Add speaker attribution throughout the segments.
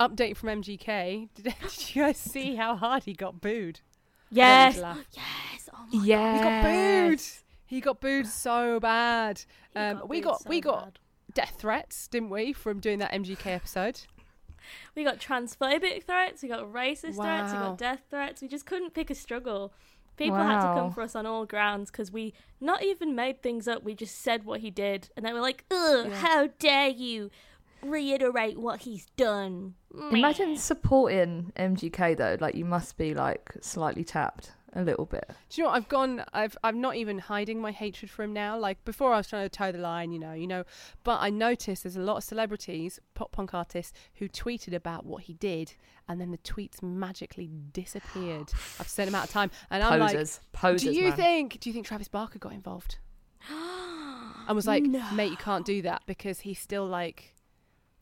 Speaker 1: update from MGK. Did, did you guys see how hard he got booed?
Speaker 2: Yes.
Speaker 1: Don't laugh.
Speaker 2: Yes. Oh my
Speaker 1: He got
Speaker 3: Yeah.
Speaker 1: booed. He got booed so bad.
Speaker 2: He
Speaker 1: Um, we
Speaker 2: booed
Speaker 1: got
Speaker 2: so
Speaker 1: we got
Speaker 2: bad.
Speaker 1: death threats, didn't we, from doing that MGK episode?
Speaker 2: we got transphobic threats. We got racist threats. We
Speaker 1: Wow.
Speaker 2: got death threats. We just couldn't pick a struggle. People had to
Speaker 3: Wow.
Speaker 2: come for us on all grounds because we not even made things up. We just said what he did, and they were like, "Ugh, how dare you reiterate what he's done." Mm.
Speaker 3: Imagine supporting MGK though. Like you must be like slightly tapped a little bit.
Speaker 1: Do you know what? I've gone. I've. I'm not even hiding my hatred for him now. Like before, I was trying to toe the line. You know. You know. But I noticed there's a lot of celebrities, pop punk artists, who tweeted about what he did, and then the tweets magically disappeared. I've sent him out of time, and I'm
Speaker 3: Posers.
Speaker 1: like,
Speaker 3: Posers.
Speaker 1: do you
Speaker 3: man.
Speaker 1: think? Do you think Travis Barker got involved? And was like, mate, you can't do that because he's still like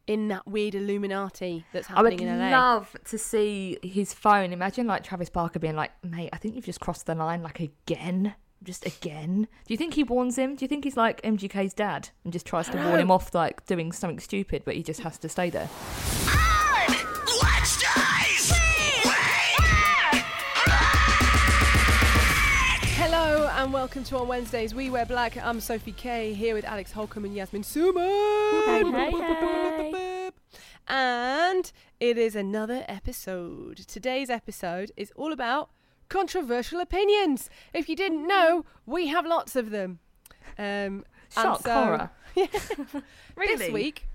Speaker 1: in that weird Illuminati that's
Speaker 3: I
Speaker 1: happening
Speaker 3: would
Speaker 1: in LA.
Speaker 3: love to see his phone. Imagine like Travis Barker being like, "Mate, I think you've just crossed the line like again, just again." Do you think he warns him? Do you think he's like MGK's dad and just tries to warn him off like doing something stupid, but he just has to stay there?
Speaker 1: Hello and welcome to our Wednesdays. We wear black. I'm Sophie Kay here with Alex Holcomb and Yasmin Suma.
Speaker 2: Hey, hey,
Speaker 1: And it is another episode. Today's episode is all about controversial opinions. If you didn't know, we have lots of them. Um, and
Speaker 3: Shock
Speaker 1: so-
Speaker 3: horror.
Speaker 1: This week,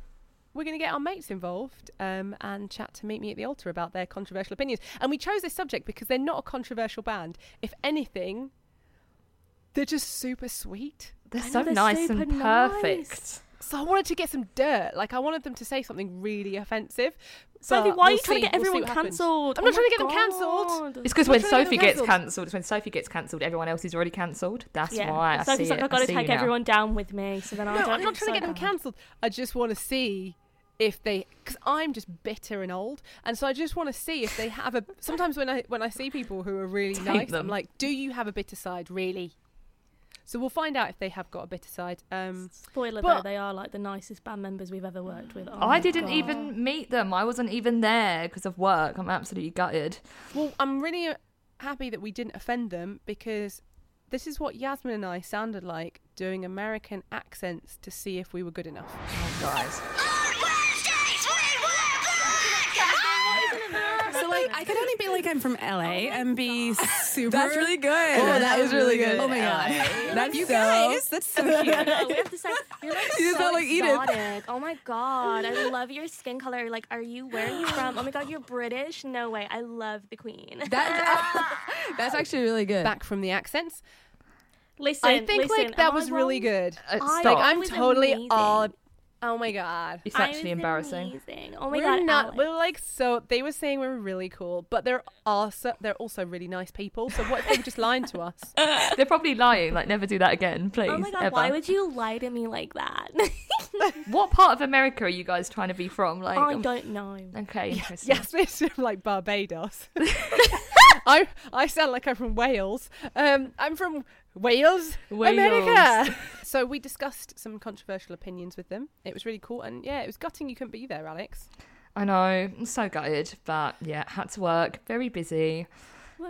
Speaker 1: we're going to get our mates involved um, and chat to Meet Me at the Altar about their controversial opinions. And we chose this subject because they're not a controversial band. If anything, they're just super sweet.
Speaker 3: They're
Speaker 2: I know,
Speaker 3: so
Speaker 2: they're
Speaker 3: nice
Speaker 2: super
Speaker 3: and
Speaker 2: nice.
Speaker 3: perfect.
Speaker 1: So I wanted to get some dirt. Like, I wanted them to say something really offensive.
Speaker 2: Sophie,
Speaker 1: but
Speaker 2: why are
Speaker 1: we'll
Speaker 2: you trying
Speaker 1: see-
Speaker 2: to get
Speaker 1: we'll see
Speaker 2: everyone
Speaker 1: what happens.
Speaker 2: cancelled?
Speaker 1: I'm
Speaker 2: Oh
Speaker 1: not trying to
Speaker 2: my
Speaker 1: get them cancelled.
Speaker 2: God.
Speaker 3: It's because
Speaker 1: We're
Speaker 3: when
Speaker 1: trying to get
Speaker 3: Sophie
Speaker 1: them
Speaker 3: gets
Speaker 1: cancelled.
Speaker 3: cancelled, it's when Sophie gets cancelled, everyone else is already cancelled. That's
Speaker 2: Yeah.
Speaker 3: why I
Speaker 2: Sophie's
Speaker 3: see
Speaker 2: like,
Speaker 3: it.
Speaker 2: I've got
Speaker 3: I
Speaker 2: to
Speaker 3: see
Speaker 2: take
Speaker 3: now.
Speaker 2: everyone down with me, so then I
Speaker 1: No,
Speaker 2: don't.
Speaker 1: I'm not
Speaker 2: get
Speaker 1: trying to
Speaker 2: so
Speaker 1: get them
Speaker 2: bad.
Speaker 1: cancelled. I just want to see if they, because I'm just bitter and old, and so I just want to see if they have a. Sometimes when I when I see people who are really
Speaker 3: Take
Speaker 1: nice, I'm
Speaker 3: them.
Speaker 1: like, do you have a bitter side, really? So we'll find out if they have got a bitter side. Um,
Speaker 2: Spoiler
Speaker 1: But-
Speaker 2: though, they are like the nicest band members we've ever worked with. Oh
Speaker 3: I
Speaker 2: my
Speaker 3: didn't
Speaker 2: God.
Speaker 3: even meet them. I wasn't even there because of work. I'm absolutely gutted.
Speaker 1: well, I'm really uh, happy that we didn't offend them because this is what Yasmin and I sounded like doing American accents to see if we were good enough.
Speaker 3: Oh, guys.
Speaker 4: So like I could only be like I'm from LA and be super.
Speaker 5: That's really good.
Speaker 4: Oh, that is really good.
Speaker 5: Oh my god, that's
Speaker 4: you
Speaker 5: so.
Speaker 4: guys. That's so cute.
Speaker 2: No, "Oh, we have to say, you're like
Speaker 5: You
Speaker 2: so
Speaker 5: sound like Edith.
Speaker 2: exotic. Oh my god, I love your skin color. Like, are you where are you from? Oh my god, you're British. No way, I love the Queen.
Speaker 5: That, that's actually really good.
Speaker 1: Back from the accents,
Speaker 2: listen,
Speaker 1: I think
Speaker 2: listen, Oh
Speaker 1: like that
Speaker 2: am
Speaker 1: was
Speaker 2: I
Speaker 1: really
Speaker 2: wrong?
Speaker 1: good.
Speaker 3: Uh,
Speaker 2: I-
Speaker 3: stop.
Speaker 2: That
Speaker 1: I'm
Speaker 2: was
Speaker 1: totally
Speaker 2: amazing.
Speaker 1: all. Oh my god.
Speaker 3: it's
Speaker 2: I
Speaker 3: actually
Speaker 2: was
Speaker 3: embarrassing.
Speaker 2: amazing. Oh my
Speaker 1: we're
Speaker 2: god,
Speaker 1: not.
Speaker 2: Alex.
Speaker 1: We're like so. They were saying we were really cool, but they're also they're also really nice people. So what if they were just lying to us?
Speaker 3: They're probably lying. Like, never do that again, please.
Speaker 2: Oh my god,
Speaker 3: ever.
Speaker 2: why would you lie to me like that?
Speaker 3: What part of America are you guys trying to be from? Like,
Speaker 2: Oh, I
Speaker 3: um,
Speaker 2: don't know.
Speaker 3: okay, interesting.
Speaker 1: yes, they're sort of like Barbados. I I sound like I'm from Wales. Um, I'm from Wales, America. So we discussed some controversial opinions with them. It was really cool, and yeah, it was gutting you couldn't be there, Alex.
Speaker 3: I know. I'm so gutted, but yeah, had to work, very busy,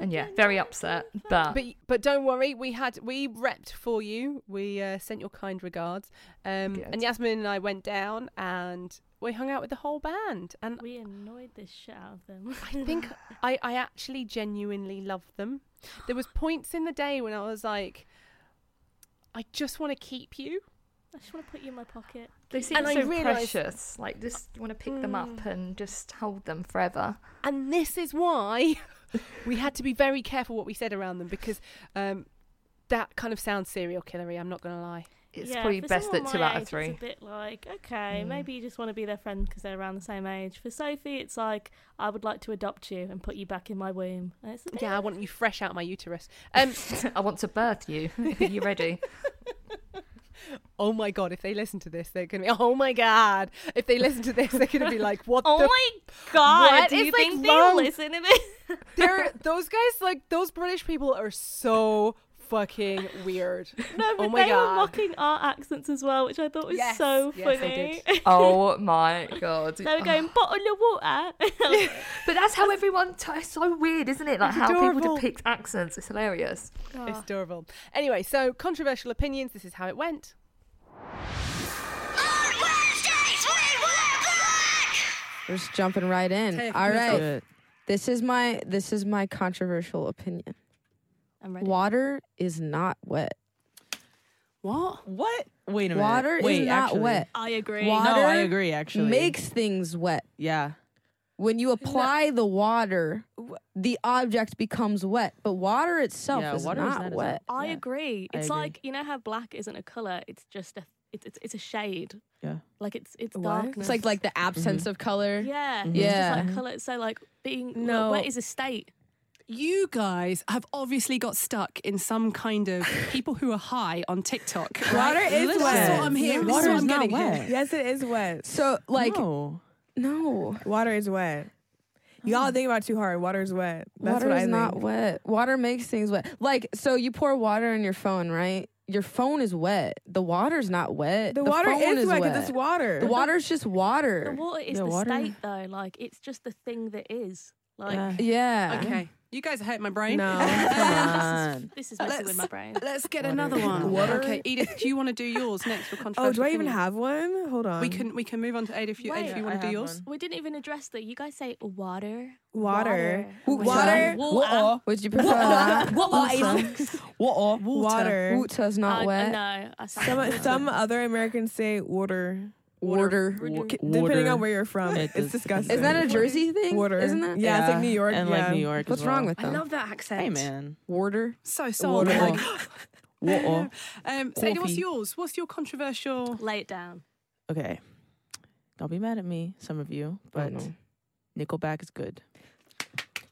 Speaker 3: and yeah, very upset.
Speaker 2: Ah.
Speaker 3: But,
Speaker 1: But but don't worry, we had we repped for you. We uh, sent your kind regards. Um,
Speaker 3: Good.
Speaker 1: and Yasmin and I went down and we hung out with the whole band. And
Speaker 2: We annoyed the shit out of them.
Speaker 1: I think I I actually genuinely loved them. There was points in the day when I was like, I just want to keep you.
Speaker 2: I just want to put you in my pocket.
Speaker 3: they seem
Speaker 1: and I
Speaker 3: so
Speaker 1: realised-
Speaker 3: precious. Like, just want to pick them up and just hold them forever.
Speaker 1: And this is why we had to be very careful what we said around them because um, that kind of sounds serial killery. I'm not going to lie.
Speaker 3: It's
Speaker 2: Yeah,
Speaker 3: probably
Speaker 2: for
Speaker 3: best
Speaker 2: someone
Speaker 3: that two
Speaker 2: my
Speaker 3: out
Speaker 2: age,
Speaker 3: of three.
Speaker 2: It's a bit like, okay, maybe you just want to be their friend because they're around the same age. For Sophie, it's like, I would like to adopt you and put you back in my womb. And it's a bit-
Speaker 1: Yeah, I want you fresh out of my uterus. Um,
Speaker 3: I want to birth you. Are you ready?
Speaker 1: oh my god, if they listen to this, they're gonna be oh my god. If they listen to this, they're gonna be like, what
Speaker 2: Oh
Speaker 1: the?
Speaker 2: my god!
Speaker 1: What
Speaker 2: Do
Speaker 1: is,
Speaker 2: you
Speaker 1: like,
Speaker 2: think
Speaker 1: wrong?
Speaker 2: they listen to this?
Speaker 1: They're, those guys, like those British people, are so
Speaker 6: fucking weird.
Speaker 2: No, but
Speaker 6: Oh my
Speaker 2: they were
Speaker 6: God.
Speaker 2: mocking our accents as well, which I thought was
Speaker 6: Yes,
Speaker 2: so
Speaker 6: yes, they
Speaker 2: funny.
Speaker 3: Oh my god. Oh,
Speaker 2: they were going bottle of water.
Speaker 3: But that's how everyone. T- it's so weird, isn't it? Like how people
Speaker 6: adorable.
Speaker 3: depict accents. It's hilarious.
Speaker 7: Ah.
Speaker 6: It's adorable. Anyway, so controversial opinions. This is how it went.
Speaker 5: We're just jumping right in.
Speaker 4: Hey,
Speaker 5: All
Speaker 4: let's
Speaker 5: right.
Speaker 4: do
Speaker 5: This is my this is my controversial opinion.
Speaker 2: I'm ready.
Speaker 5: Water is not wet.
Speaker 4: What? What? Wait a minute.
Speaker 5: Water
Speaker 4: Wait,
Speaker 5: is not
Speaker 4: actually.
Speaker 5: wet.
Speaker 2: I agree.
Speaker 5: Why-
Speaker 4: No, I
Speaker 5: Water
Speaker 4: agree. Actually,
Speaker 5: Makes things wet.
Speaker 4: yeah.
Speaker 5: When you apply the water, the object becomes wet, but water itself
Speaker 4: Yeah,
Speaker 5: is,
Speaker 4: water is
Speaker 5: not
Speaker 4: not as
Speaker 5: wet.
Speaker 2: I
Speaker 4: Yeah,
Speaker 2: agree.
Speaker 4: I
Speaker 2: It's
Speaker 4: agree.
Speaker 2: like you know how black isn't a color; it's just a it's it's, it's a shade.
Speaker 4: Yeah.
Speaker 2: Like it's it's
Speaker 5: What?
Speaker 2: darkness.
Speaker 5: It's like like the absence
Speaker 4: Mm-hmm.
Speaker 5: of color.
Speaker 2: yeah,
Speaker 5: Yeah.
Speaker 2: It's just like color. So like being
Speaker 1: No.
Speaker 2: wet is a state.
Speaker 1: You guys have obviously got stuck in some kind of people who are high on TikTok. Right?
Speaker 5: Water is
Speaker 1: That's
Speaker 5: wet.
Speaker 1: what I'm hearing. That's
Speaker 7: Water
Speaker 1: what
Speaker 7: is
Speaker 1: I'm
Speaker 4: not
Speaker 1: getting here.
Speaker 4: wet.
Speaker 7: Yes, it is wet.
Speaker 5: So like
Speaker 4: no.
Speaker 5: no.
Speaker 7: Water is wet.
Speaker 1: Oh.
Speaker 7: Y'all think about it too hard. Water is wet. That's
Speaker 5: water
Speaker 7: what I
Speaker 5: is
Speaker 7: think.
Speaker 5: not wet. Water makes things wet. Like so, you pour water on your phone, right? Your phone is wet. The water's not wet.
Speaker 7: The, water
Speaker 5: phone
Speaker 7: is wet
Speaker 5: wet.
Speaker 7: because it's water.
Speaker 5: The water's just
Speaker 2: The
Speaker 5: water.
Speaker 2: water is
Speaker 4: Yeah,
Speaker 2: the
Speaker 4: water-
Speaker 2: state, though. Like it's just the thing that is. Like
Speaker 5: yeah.
Speaker 1: Okay. You guys hurt my brain.
Speaker 7: no.
Speaker 4: Come on.
Speaker 2: this is messing with my brain.
Speaker 1: Let's get another one.
Speaker 5: Water-
Speaker 1: Okay, Edith, do you want to do yours next for controversial?
Speaker 7: Oh, do I even
Speaker 1: opinion?
Speaker 7: have one? Hold on.
Speaker 4: Um,
Speaker 1: We can we can move on to Ada if you Ada, if you want to do yours.
Speaker 2: We didn't even address that. You guys say water.
Speaker 7: water.
Speaker 2: Water.
Speaker 5: Water.
Speaker 4: Water.
Speaker 5: Would you prefer that?
Speaker 4: Water.
Speaker 7: Water.
Speaker 5: Water's
Speaker 2: I,
Speaker 5: not
Speaker 2: I
Speaker 5: wet.
Speaker 2: know. I sound
Speaker 7: Some
Speaker 2: like-
Speaker 7: some other Americans say water.
Speaker 5: Water.
Speaker 7: K-
Speaker 4: Water.
Speaker 7: Depending on where you're from,
Speaker 4: It does-
Speaker 7: it's disgusting.
Speaker 5: Isn't that a Jersey thing?
Speaker 7: water?
Speaker 5: Isn't that?
Speaker 7: Yeah, it's like New York.
Speaker 4: and
Speaker 7: yeah.
Speaker 4: like New York.
Speaker 5: What's
Speaker 4: as well.
Speaker 5: wrong with them?
Speaker 1: that accent.
Speaker 4: Hey man.
Speaker 5: water.
Speaker 1: So sold.
Speaker 5: Water.
Speaker 1: Like,
Speaker 4: Water.
Speaker 1: um, so Ada, what's
Speaker 4: Coffee.
Speaker 1: yours? What's your controversial?
Speaker 2: Lay it down.
Speaker 4: Okay. Don't be mad at me, some of you,
Speaker 7: Oh,
Speaker 4: but
Speaker 5: no.
Speaker 4: Nickelback is good.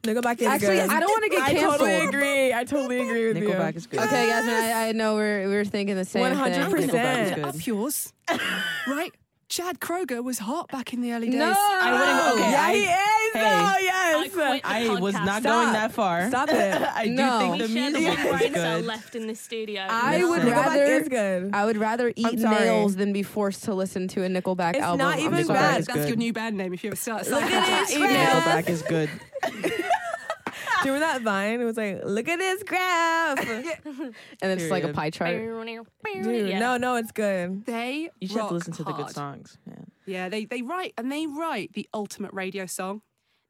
Speaker 7: Nickelback is
Speaker 5: Actually,
Speaker 7: good.
Speaker 5: I don't wanna get
Speaker 7: I totally
Speaker 5: canceled.
Speaker 7: agree. I totally agree with
Speaker 4: Nickelback
Speaker 7: you.
Speaker 4: is good.
Speaker 5: Okay, guys, I, I know we're we're thinking the same thing.
Speaker 7: 100%.
Speaker 4: Nickelback is
Speaker 7: Good.
Speaker 1: Up yours. right. Chad Kroger was hot back in the early days.
Speaker 5: No,
Speaker 4: wouldn't- okay,
Speaker 7: yeah,
Speaker 4: I-
Speaker 7: he is.
Speaker 4: hey.
Speaker 7: oh,
Speaker 2: I
Speaker 7: yes.
Speaker 2: quit the
Speaker 4: I was not
Speaker 2: podcast.
Speaker 4: going that far.
Speaker 7: Stop it.
Speaker 4: I do
Speaker 5: No.
Speaker 4: think
Speaker 2: We
Speaker 4: the
Speaker 2: share the
Speaker 4: music
Speaker 2: one
Speaker 4: is
Speaker 2: brain cell
Speaker 4: good.
Speaker 2: left in the studio.
Speaker 5: I
Speaker 4: Listen.
Speaker 5: would
Speaker 4: Nickelback
Speaker 5: rather
Speaker 7: Nickelback is good.
Speaker 5: I would rather eat
Speaker 7: sorry.
Speaker 5: nails than be forced to listen to a Nickelback
Speaker 7: It's
Speaker 5: album.
Speaker 7: not
Speaker 5: I'm
Speaker 7: even
Speaker 5: sorry.
Speaker 4: Nickelback
Speaker 7: bad.
Speaker 4: is
Speaker 1: That's
Speaker 4: good.
Speaker 1: your new band name if you ever start.
Speaker 7: Look at his graph.
Speaker 4: Nickelback is good.
Speaker 7: Do you remember that vine? It was like, look at this graph.
Speaker 5: And it's like a
Speaker 4: Period.
Speaker 5: pie chart.
Speaker 7: Dude,
Speaker 2: Yeah.
Speaker 7: no, no, it's good.
Speaker 1: They
Speaker 4: You should have
Speaker 1: rock
Speaker 4: to listen to the
Speaker 1: hard.
Speaker 4: good songs. Yeah.
Speaker 1: Yeah, they they write and they write the ultimate radio song.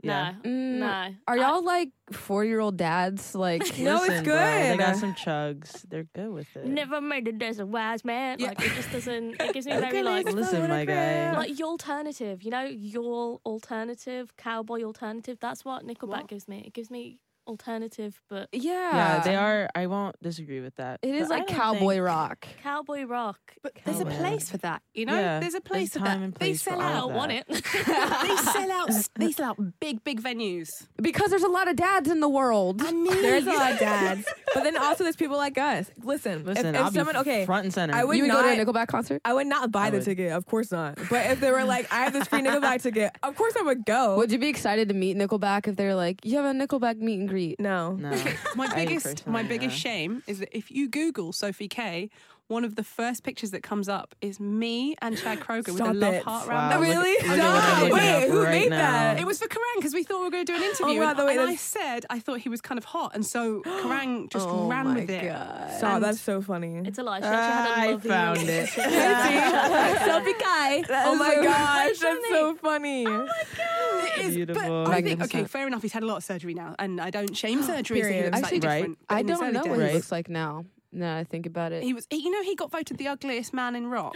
Speaker 4: Yeah.
Speaker 2: No, Mm, no.
Speaker 5: Mm, Are y'all like four year old dads? Like
Speaker 7: No, it's
Speaker 4: Listen, bro, they got
Speaker 7: good.
Speaker 4: some chugs. They're good with it.
Speaker 2: Never made it as a wise man.
Speaker 1: Yeah.
Speaker 2: Like it just doesn't. It gives me very like
Speaker 4: Listen, my guy.
Speaker 2: like your alternative. You know, your alternative cowboy alternative. That's what Nickelback gives me. It gives me alternative, but
Speaker 5: Yeah.
Speaker 4: yeah, they are. I won't disagree with that.
Speaker 5: It is
Speaker 4: But I
Speaker 5: like
Speaker 4: don't
Speaker 5: cowboy
Speaker 4: think-
Speaker 5: rock.
Speaker 2: cowboy rock.
Speaker 1: But there's a
Speaker 4: Cowboy.
Speaker 1: place for that, you know.
Speaker 4: Yeah,
Speaker 1: there's a
Speaker 4: there's
Speaker 1: place for
Speaker 4: time
Speaker 1: that.
Speaker 4: and
Speaker 1: they
Speaker 4: place for
Speaker 1: sell
Speaker 4: all
Speaker 2: I
Speaker 4: of
Speaker 1: out.
Speaker 2: don't want
Speaker 4: that.
Speaker 2: it.
Speaker 1: they sell out. s- They sell out big, big venues.
Speaker 5: Because there's a lot of dads in the world.
Speaker 1: I mean,
Speaker 7: There's a lot of dads. But then also there's people like us. Listen, if-
Speaker 4: Listen,
Speaker 7: if,
Speaker 4: I'll
Speaker 7: someone
Speaker 4: be
Speaker 7: okay
Speaker 4: front and center.
Speaker 7: I would
Speaker 5: you would
Speaker 7: not
Speaker 5: go to a Nickelback concert?
Speaker 7: I would not buy
Speaker 4: I
Speaker 7: the
Speaker 4: would.
Speaker 7: ticket, of course not. But if they were like, I have this free Nickelback ticket, of course I would go.
Speaker 5: Would you be excited to meet Nickelback if they're like, you have a Nickelback meet and greet?
Speaker 7: no.
Speaker 4: No.
Speaker 1: my
Speaker 4: I
Speaker 1: biggest, my
Speaker 4: personally,
Speaker 1: biggest
Speaker 4: yeah.
Speaker 1: shame is that if you Google Sophie K, one of the first pictures that comes up is me and Chad Kroger with a
Speaker 7: Stop
Speaker 1: love
Speaker 7: it.
Speaker 1: heart
Speaker 4: Wow,
Speaker 1: round.
Speaker 7: Oh,
Speaker 4: look-
Speaker 7: really?
Speaker 4: look at what I'm
Speaker 7: Stop.
Speaker 4: looking
Speaker 7: Wait,
Speaker 4: up
Speaker 7: who
Speaker 4: right
Speaker 7: made
Speaker 4: now.
Speaker 7: that?
Speaker 1: It was for Karang because we thought we were going to do an interview,
Speaker 7: wow,
Speaker 1: and,
Speaker 7: the way
Speaker 1: and I
Speaker 7: that's-
Speaker 1: said I thought he was kind of hot, and so Karang just
Speaker 5: Oh
Speaker 1: ran
Speaker 5: my
Speaker 1: with it.
Speaker 5: God.
Speaker 7: Stop,
Speaker 1: And-
Speaker 7: Oh, that's so funny.
Speaker 2: It's a lie. She actually had a
Speaker 4: I
Speaker 2: lovely
Speaker 4: found it.
Speaker 2: relationship.
Speaker 7: Sophie Kai. Oh my gosh, that's so funny. Oh
Speaker 1: It is,
Speaker 4: Beautiful.
Speaker 1: But I think, okay,
Speaker 5: Magnificent.
Speaker 1: fair enough. He's had a lot of surgery now, and I don't shame surgery. so he
Speaker 7: Period.
Speaker 1: looks slightly
Speaker 4: Actually, right.
Speaker 1: different. but
Speaker 5: I
Speaker 1: in his
Speaker 5: don't
Speaker 1: early
Speaker 5: know what
Speaker 1: days-
Speaker 5: he
Speaker 4: Right.
Speaker 5: looks like now. No, I think about it.
Speaker 1: He was, he- you know, he got voted the ugliest man in rock.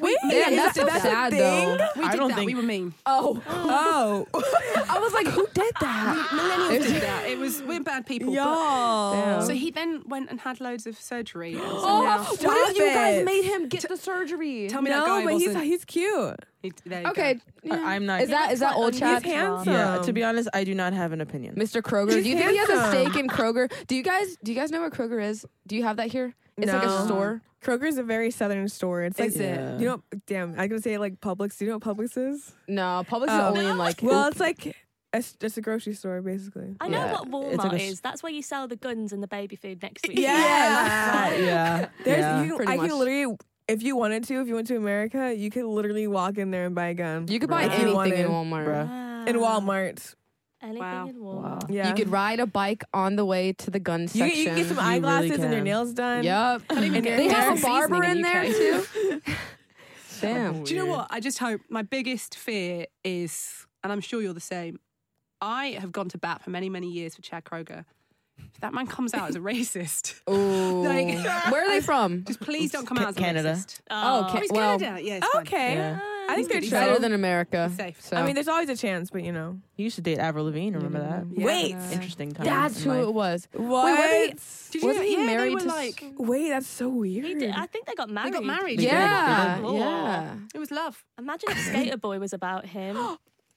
Speaker 7: Wait,
Speaker 5: Damn,
Speaker 7: is
Speaker 5: that's,
Speaker 7: that-
Speaker 5: that's
Speaker 7: a
Speaker 5: sad
Speaker 7: thing?
Speaker 5: though.
Speaker 1: We did
Speaker 4: I don't
Speaker 1: that.
Speaker 4: think-
Speaker 1: We were mean.
Speaker 7: Oh, oh,
Speaker 5: I was like, who did that?
Speaker 1: Millennials did that. It was we're bad people. but-
Speaker 7: y'all.
Speaker 1: So he then went and had loads of surgery. And so now,
Speaker 5: Oh,
Speaker 7: Stop
Speaker 5: what if you guys
Speaker 7: it.
Speaker 5: made him get the surgery?
Speaker 1: tell me that
Speaker 7: No,
Speaker 1: guy
Speaker 7: but he's
Speaker 1: wasn't.
Speaker 7: he's cute.
Speaker 1: he- there you go.
Speaker 5: Okay, yeah.
Speaker 4: I- I'm not.
Speaker 5: Is that is that old
Speaker 7: He's
Speaker 5: Chad?
Speaker 7: handsome.
Speaker 4: Yeah. To be honest, I do not have an opinion.
Speaker 5: Mr. Kroger.
Speaker 7: He's
Speaker 5: do you think he has a
Speaker 7: handsome.
Speaker 5: stake in Kroger? Do you guys do you guys know what Kroger is? Do you have that here? It's like a
Speaker 7: No.
Speaker 5: store.
Speaker 7: Kroger's a very southern store. It's like
Speaker 5: Is
Speaker 4: it?
Speaker 7: you know, damn, I'm gonna say like Publix. Do you know what Publix is?
Speaker 5: No, Publix
Speaker 7: Oh.
Speaker 5: is only in like
Speaker 7: Well, it's like It's just a grocery store, basically.
Speaker 2: I know
Speaker 5: Yeah,
Speaker 2: what
Speaker 5: it's like
Speaker 2: Walmart
Speaker 5: a sh-
Speaker 2: is. That's where you sell the guns and the baby food next week.
Speaker 7: Yeah.
Speaker 5: yeah.
Speaker 7: There's,
Speaker 5: yeah.
Speaker 7: you can,
Speaker 5: Pretty
Speaker 7: I
Speaker 5: much.
Speaker 7: can literally, if you wanted to, if you went to America, you could literally walk in there and buy a gun.
Speaker 5: You could buy
Speaker 7: If you
Speaker 5: anything
Speaker 7: wanted.
Speaker 5: in Walmart. Bruh.
Speaker 2: Wow.
Speaker 7: in Walmart.
Speaker 2: Anything
Speaker 4: Wow.
Speaker 2: in Walmart.
Speaker 7: Yeah.
Speaker 5: You could ride a bike on the way to the gun
Speaker 7: You,
Speaker 5: section.
Speaker 7: can- you can get some
Speaker 5: You really
Speaker 7: eyeglasses and your
Speaker 5: can.
Speaker 7: nails done.
Speaker 5: Yep.
Speaker 7: even
Speaker 5: And
Speaker 7: get
Speaker 5: they
Speaker 7: hair
Speaker 5: have a
Speaker 7: seasoning
Speaker 5: barber
Speaker 7: in
Speaker 5: in there
Speaker 7: UK.
Speaker 5: too. Damn.
Speaker 1: Do you know what? I just hope my biggest fear is, and I'm sure you're the same. I have gone to bat for many, many years for Chad Kroger. If that man comes out as a racist,
Speaker 5: Ooh. Where are they from?
Speaker 1: just please don't come
Speaker 4: Ca-
Speaker 1: out as a
Speaker 4: Canada.
Speaker 1: racist.
Speaker 5: Oh,
Speaker 1: Oh,
Speaker 5: okay.
Speaker 1: he's
Speaker 5: Well,
Speaker 1: Canada. Yeah, it's fine.
Speaker 7: Okay.
Speaker 4: Yeah.
Speaker 7: I think they're
Speaker 1: He's
Speaker 7: chill.
Speaker 5: better than America.
Speaker 1: He's safe.
Speaker 5: So
Speaker 7: I mean, there's always a chance, but you know.
Speaker 4: You used to date Avril Lavigne,
Speaker 5: Mm-hmm.
Speaker 4: remember that?
Speaker 1: Yeah.
Speaker 7: Wait.
Speaker 4: Interesting time.
Speaker 5: that's who it was.
Speaker 7: What?
Speaker 5: wait.
Speaker 1: Did you
Speaker 5: Wasn't
Speaker 1: know-
Speaker 5: he
Speaker 1: yeah, they
Speaker 5: married
Speaker 1: were
Speaker 5: to s-
Speaker 1: like
Speaker 7: Wait, that's so weird.
Speaker 2: He did, I think they got
Speaker 1: they
Speaker 2: married.
Speaker 1: got married?
Speaker 5: Yeah.
Speaker 2: Oh.
Speaker 5: Yeah.
Speaker 1: it was love.
Speaker 2: Imagine if Skater Boy was about him.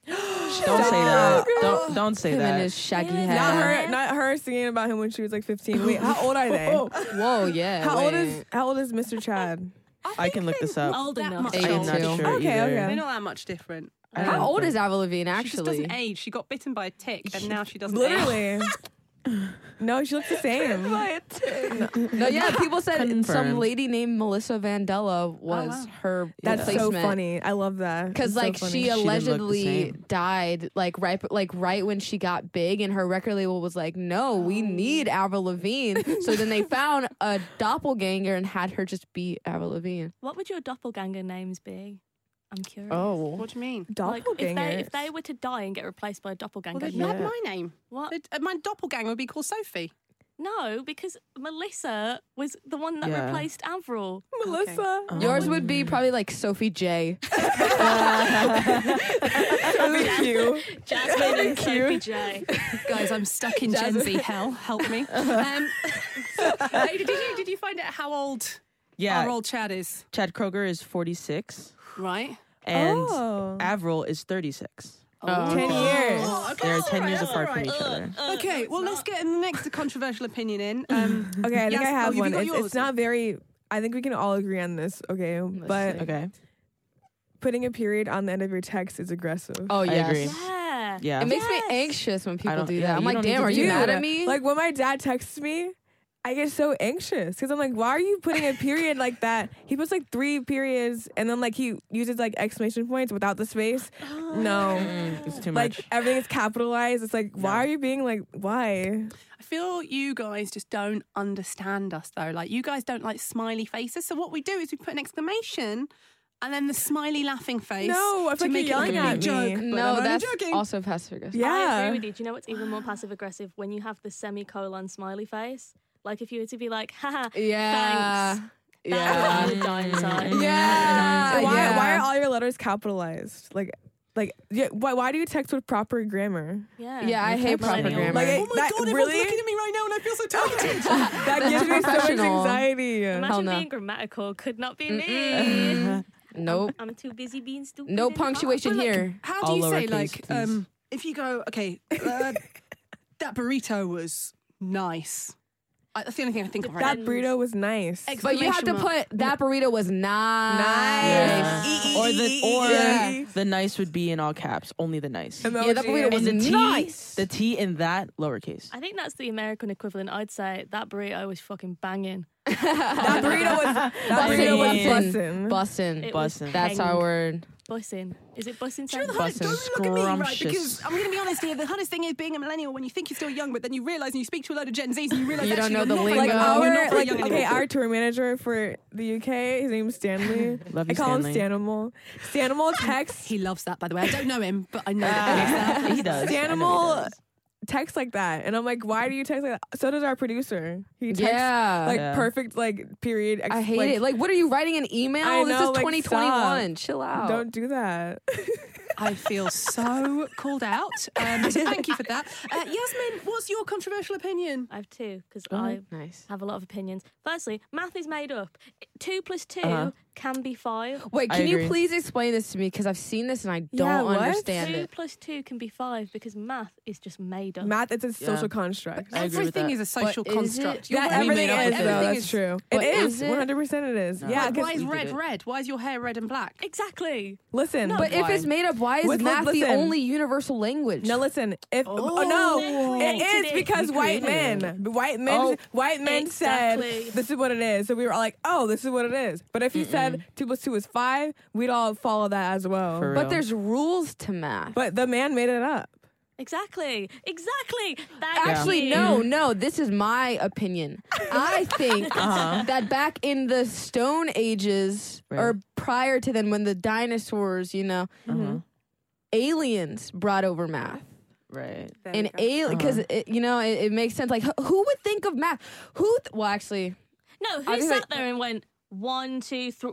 Speaker 4: Don't say that. Don't don't say
Speaker 5: Him and
Speaker 4: that.
Speaker 5: his shaggy
Speaker 2: Yeah.
Speaker 5: hair.
Speaker 7: Not
Speaker 2: Yeah.
Speaker 7: her, not her singing about him when she was like 15. Wait, how old are they?
Speaker 5: Whoa, yeah.
Speaker 7: How old
Speaker 5: wait.
Speaker 7: is how old is Mr. Chad?
Speaker 4: I can look this up.
Speaker 2: Old
Speaker 1: that
Speaker 2: enough.
Speaker 1: much
Speaker 5: Eight
Speaker 4: I'm
Speaker 1: older.
Speaker 5: too.
Speaker 4: not sure
Speaker 7: Okay,
Speaker 4: either.
Speaker 7: okay.
Speaker 1: They're not that much different.
Speaker 4: I don't
Speaker 5: How old
Speaker 4: think-
Speaker 5: is Avril Lavigne
Speaker 1: She
Speaker 5: actually?
Speaker 1: just doesn't age. She got bitten by a tick, and now she doesn't. Age.
Speaker 7: Literally. no, she looks the same.
Speaker 5: No, yeah, people said some
Speaker 4: Confirmed.
Speaker 5: lady named Melissa Vandella was
Speaker 1: wow.
Speaker 5: her
Speaker 7: That's so
Speaker 5: replacement.
Speaker 7: funny. I love that.
Speaker 5: Because
Speaker 7: That's so
Speaker 5: like
Speaker 7: funny.
Speaker 5: she
Speaker 4: didn't look the
Speaker 5: allegedly
Speaker 4: same.
Speaker 5: died like right like right when she got big and her record label was like no we need Avril Lavigne so then they found a doppelganger and had her just be Avril Lavigne.
Speaker 2: What would your doppelganger names be? I'm curious.
Speaker 5: Oh,
Speaker 1: What do you mean?
Speaker 2: Like, if they, if
Speaker 7: doppelgangers.
Speaker 2: they were to die and get replaced by a doppelganger,
Speaker 1: Well, they'd
Speaker 2: no.
Speaker 1: not my name.
Speaker 2: What?
Speaker 1: They'd- uh, My doppelganger would be called Sophie.
Speaker 2: No, because Melissa was the one that
Speaker 4: Yeah.
Speaker 2: replaced Avril.
Speaker 7: Melissa.
Speaker 4: Oh.
Speaker 5: yours would be probably like Sophie J.
Speaker 7: Thank you.
Speaker 2: Jasmine and Sophie J.
Speaker 1: Guys, I'm stuck in Gen Z hell. Help me.
Speaker 4: Uh-huh.
Speaker 1: Um, uh, did you did you find out how old our
Speaker 4: Yeah,
Speaker 1: old Chad is?
Speaker 4: Chad Kroger is 46
Speaker 1: Right.
Speaker 4: and
Speaker 7: Oh.
Speaker 4: Avril is 36.
Speaker 2: Oh.
Speaker 7: Ten
Speaker 1: Oh.
Speaker 7: years.
Speaker 4: They're 10 years apart from each other.
Speaker 1: Uh, Okay. Well, let's get in the next controversial opinion in. Um,
Speaker 7: Okay, I think
Speaker 1: Yes.
Speaker 7: I
Speaker 1: Oh,
Speaker 7: have
Speaker 1: you've
Speaker 7: one.
Speaker 1: got
Speaker 7: It's,
Speaker 1: yours.
Speaker 7: it's not very. I think we can all agree on this. Okay, but
Speaker 4: Okay.
Speaker 7: putting a period on the end of your text is aggressive.
Speaker 5: Oh yes.
Speaker 4: agree.
Speaker 2: Yeah.
Speaker 4: Yeah.
Speaker 5: It makes
Speaker 2: Yes.
Speaker 5: me anxious when people
Speaker 4: don't-
Speaker 5: do that.
Speaker 4: yeah,
Speaker 5: I'm
Speaker 4: you
Speaker 5: like,
Speaker 4: don't need
Speaker 5: damn,
Speaker 4: to
Speaker 5: are you
Speaker 4: do
Speaker 5: mad
Speaker 7: Dude,
Speaker 5: at me?
Speaker 7: Like when my dad texts me, I get so anxious because I'm like, why are you putting a period like that? He puts like three periods and then like he uses like exclamation points without the space. No.
Speaker 4: it's too much.
Speaker 7: Like everything is capitalized. It's like, why are you being like, why?
Speaker 1: I feel you guys just don't understand us though. Like you guys don't like smiley faces. So what we do is we put an exclamation and then the smiley laughing face.
Speaker 7: No, I
Speaker 1: to
Speaker 7: feel like
Speaker 1: make
Speaker 7: you're
Speaker 1: it
Speaker 7: yelling
Speaker 1: a big
Speaker 7: at me.
Speaker 1: joke. but I'm
Speaker 5: no,
Speaker 1: only
Speaker 5: that's
Speaker 1: joking.
Speaker 5: also passive aggressive.
Speaker 7: Yeah.
Speaker 2: I agree with you. Do you know what's even more passive aggressive? When you have the semicolon smiley face. Like if you were to be like, haha,
Speaker 5: Yeah.
Speaker 2: thanks. That's
Speaker 5: Yeah. Mm.
Speaker 2: the dying side.
Speaker 5: Yeah.
Speaker 7: So why,
Speaker 5: yeah.
Speaker 7: why are all your letters capitalized? Like, like, yeah, why, why do you text with proper grammar?
Speaker 2: Yeah.
Speaker 5: Yeah, I hate proper
Speaker 2: Millennial.
Speaker 5: grammar.
Speaker 7: Like,
Speaker 1: Oh my
Speaker 7: that
Speaker 1: god, everyone's
Speaker 7: really,
Speaker 1: looking at me right now and I feel so targeted.
Speaker 7: that gives me so much
Speaker 5: professional.
Speaker 7: anxiety.
Speaker 5: Hell
Speaker 2: Imagine
Speaker 5: no.
Speaker 2: being grammatical. Could not be me.
Speaker 5: nope.
Speaker 2: I'm too busy being stupid.
Speaker 5: No
Speaker 2: and hot.
Speaker 5: punctuation here.
Speaker 1: How do
Speaker 4: All
Speaker 1: you say
Speaker 4: lowercase,
Speaker 1: like
Speaker 4: please.
Speaker 1: um if you go, okay, uh, that burrito was nice. I, that's the only thing I think of right
Speaker 7: That
Speaker 1: now.
Speaker 7: burrito was nice.
Speaker 5: But you have to put that burrito was nice.
Speaker 7: Nice.
Speaker 4: Yeah. Or the or
Speaker 7: Yeah.
Speaker 4: the nice would be in all caps, only the nice.
Speaker 5: Yeah, that burrito was
Speaker 4: the T,
Speaker 5: nice.
Speaker 4: the T in that lowercase.
Speaker 2: I think that's the American equivalent. I'd say that burrito was fucking banging.
Speaker 7: That burrito was that burrito was bussin'.
Speaker 5: Bussin. Bussin.
Speaker 2: It was
Speaker 4: Bussin'.
Speaker 5: That's
Speaker 2: hanging.
Speaker 5: our word.
Speaker 2: Bussing. Is it bussing?
Speaker 1: Do you know the
Speaker 2: Sarah?
Speaker 1: hardest-
Speaker 4: Bussing.
Speaker 1: Don't look at me, right?
Speaker 4: Scrumptious.
Speaker 1: Because I'm going to be honest here. The hardest thing is being a millennial when you think you're still young, but then you realize and you speak to a load of Gen Zs and you realize
Speaker 5: You
Speaker 1: actually
Speaker 5: don't know
Speaker 1: you're
Speaker 5: the
Speaker 1: not very
Speaker 5: lingo.
Speaker 7: Like
Speaker 1: young.
Speaker 5: You're
Speaker 7: our
Speaker 1: not very
Speaker 7: like
Speaker 1: young
Speaker 7: okay,
Speaker 1: anymore.
Speaker 7: our tour manager for the UK, his name's Stanley.
Speaker 4: Love
Speaker 7: I
Speaker 4: you,
Speaker 7: call
Speaker 4: Stanley.
Speaker 7: him Stanimal. Stanimal texts
Speaker 1: He loves that, by the way. I don't know him, but I know that he loves
Speaker 4: he
Speaker 1: that.
Speaker 4: does. I know he
Speaker 7: Stanimal
Speaker 4: does.
Speaker 7: texts like that, and I'm like, why do you text like that? So does our producer. He texts
Speaker 5: Yeah.
Speaker 7: like
Speaker 4: Yeah.
Speaker 7: perfect like period. ex-
Speaker 5: I hate it. Like, what are you writing an email?
Speaker 7: I
Speaker 5: this
Speaker 7: know,
Speaker 5: is
Speaker 7: like,
Speaker 5: 2021. Chill out.
Speaker 7: don't do that.
Speaker 1: I feel so called out. Um, so thank you for that. Uh, Yasmin, what's your controversial opinion?
Speaker 2: I have two because I
Speaker 5: Nice. Uh-huh.
Speaker 2: have a lot of opinions. Firstly, math is made up. Two plus 2 can be five.
Speaker 5: Wait,
Speaker 4: I
Speaker 5: can you
Speaker 4: agree.
Speaker 5: please explain this to me? Because I've seen this and I don't
Speaker 7: Yeah, what?
Speaker 5: understand
Speaker 2: two
Speaker 5: it.
Speaker 2: plus two can be five because math is just made up.
Speaker 7: Math, it's a
Speaker 4: Yeah.
Speaker 7: social construct.
Speaker 4: I agree with
Speaker 1: Everything
Speaker 4: that.
Speaker 1: is a social
Speaker 5: But is
Speaker 1: construct.
Speaker 5: it-
Speaker 1: You're
Speaker 7: Yeah,
Speaker 1: right.
Speaker 7: everything
Speaker 1: We made
Speaker 7: is
Speaker 1: up
Speaker 7: though.
Speaker 4: everything
Speaker 7: That's
Speaker 4: is-
Speaker 7: true.
Speaker 5: but
Speaker 7: it
Speaker 5: is
Speaker 7: is.
Speaker 5: it?
Speaker 7: One hundred percent, it is.
Speaker 4: No.
Speaker 7: Yeah.
Speaker 1: Like, why
Speaker 7: 'cause-
Speaker 1: is
Speaker 4: You did
Speaker 1: red
Speaker 4: it.
Speaker 1: red? Why is your hair red and black?
Speaker 2: Exactly.
Speaker 7: listen,
Speaker 5: But if it's made up, why is
Speaker 7: With-
Speaker 5: math the
Speaker 7: listen.
Speaker 5: only universal language?
Speaker 7: no, listen. If oh,
Speaker 2: Oh.
Speaker 7: no, it
Speaker 2: Created
Speaker 7: is
Speaker 2: it.
Speaker 7: because
Speaker 4: We
Speaker 7: white
Speaker 4: created
Speaker 7: men, white men,
Speaker 4: Oh.
Speaker 7: white men
Speaker 2: Exactly.
Speaker 7: said this is what it is. So we were all like, oh, this is what it is. But if you said two plus two is five, we'd all follow that as well.
Speaker 4: For real.
Speaker 5: but there's rules to math.
Speaker 7: But the man made it up.
Speaker 2: Exactly. Exactly. That
Speaker 5: Actually,
Speaker 2: is-
Speaker 5: no,
Speaker 4: Mm-hmm.
Speaker 5: no. This is my opinion. I think that back in the Stone Ages, or
Speaker 4: Right.
Speaker 5: prior to then, when the dinosaurs, you know,
Speaker 4: Uh-huh.
Speaker 5: aliens brought over math.
Speaker 4: right.
Speaker 5: and alien, because
Speaker 4: Uh-huh.
Speaker 5: you know, it, it makes sense. Like, who- who would think of math? Who? Th- well, actually,
Speaker 2: No,
Speaker 5: I
Speaker 2: who
Speaker 5: think
Speaker 2: sat
Speaker 5: that-
Speaker 2: there and went one, two, three?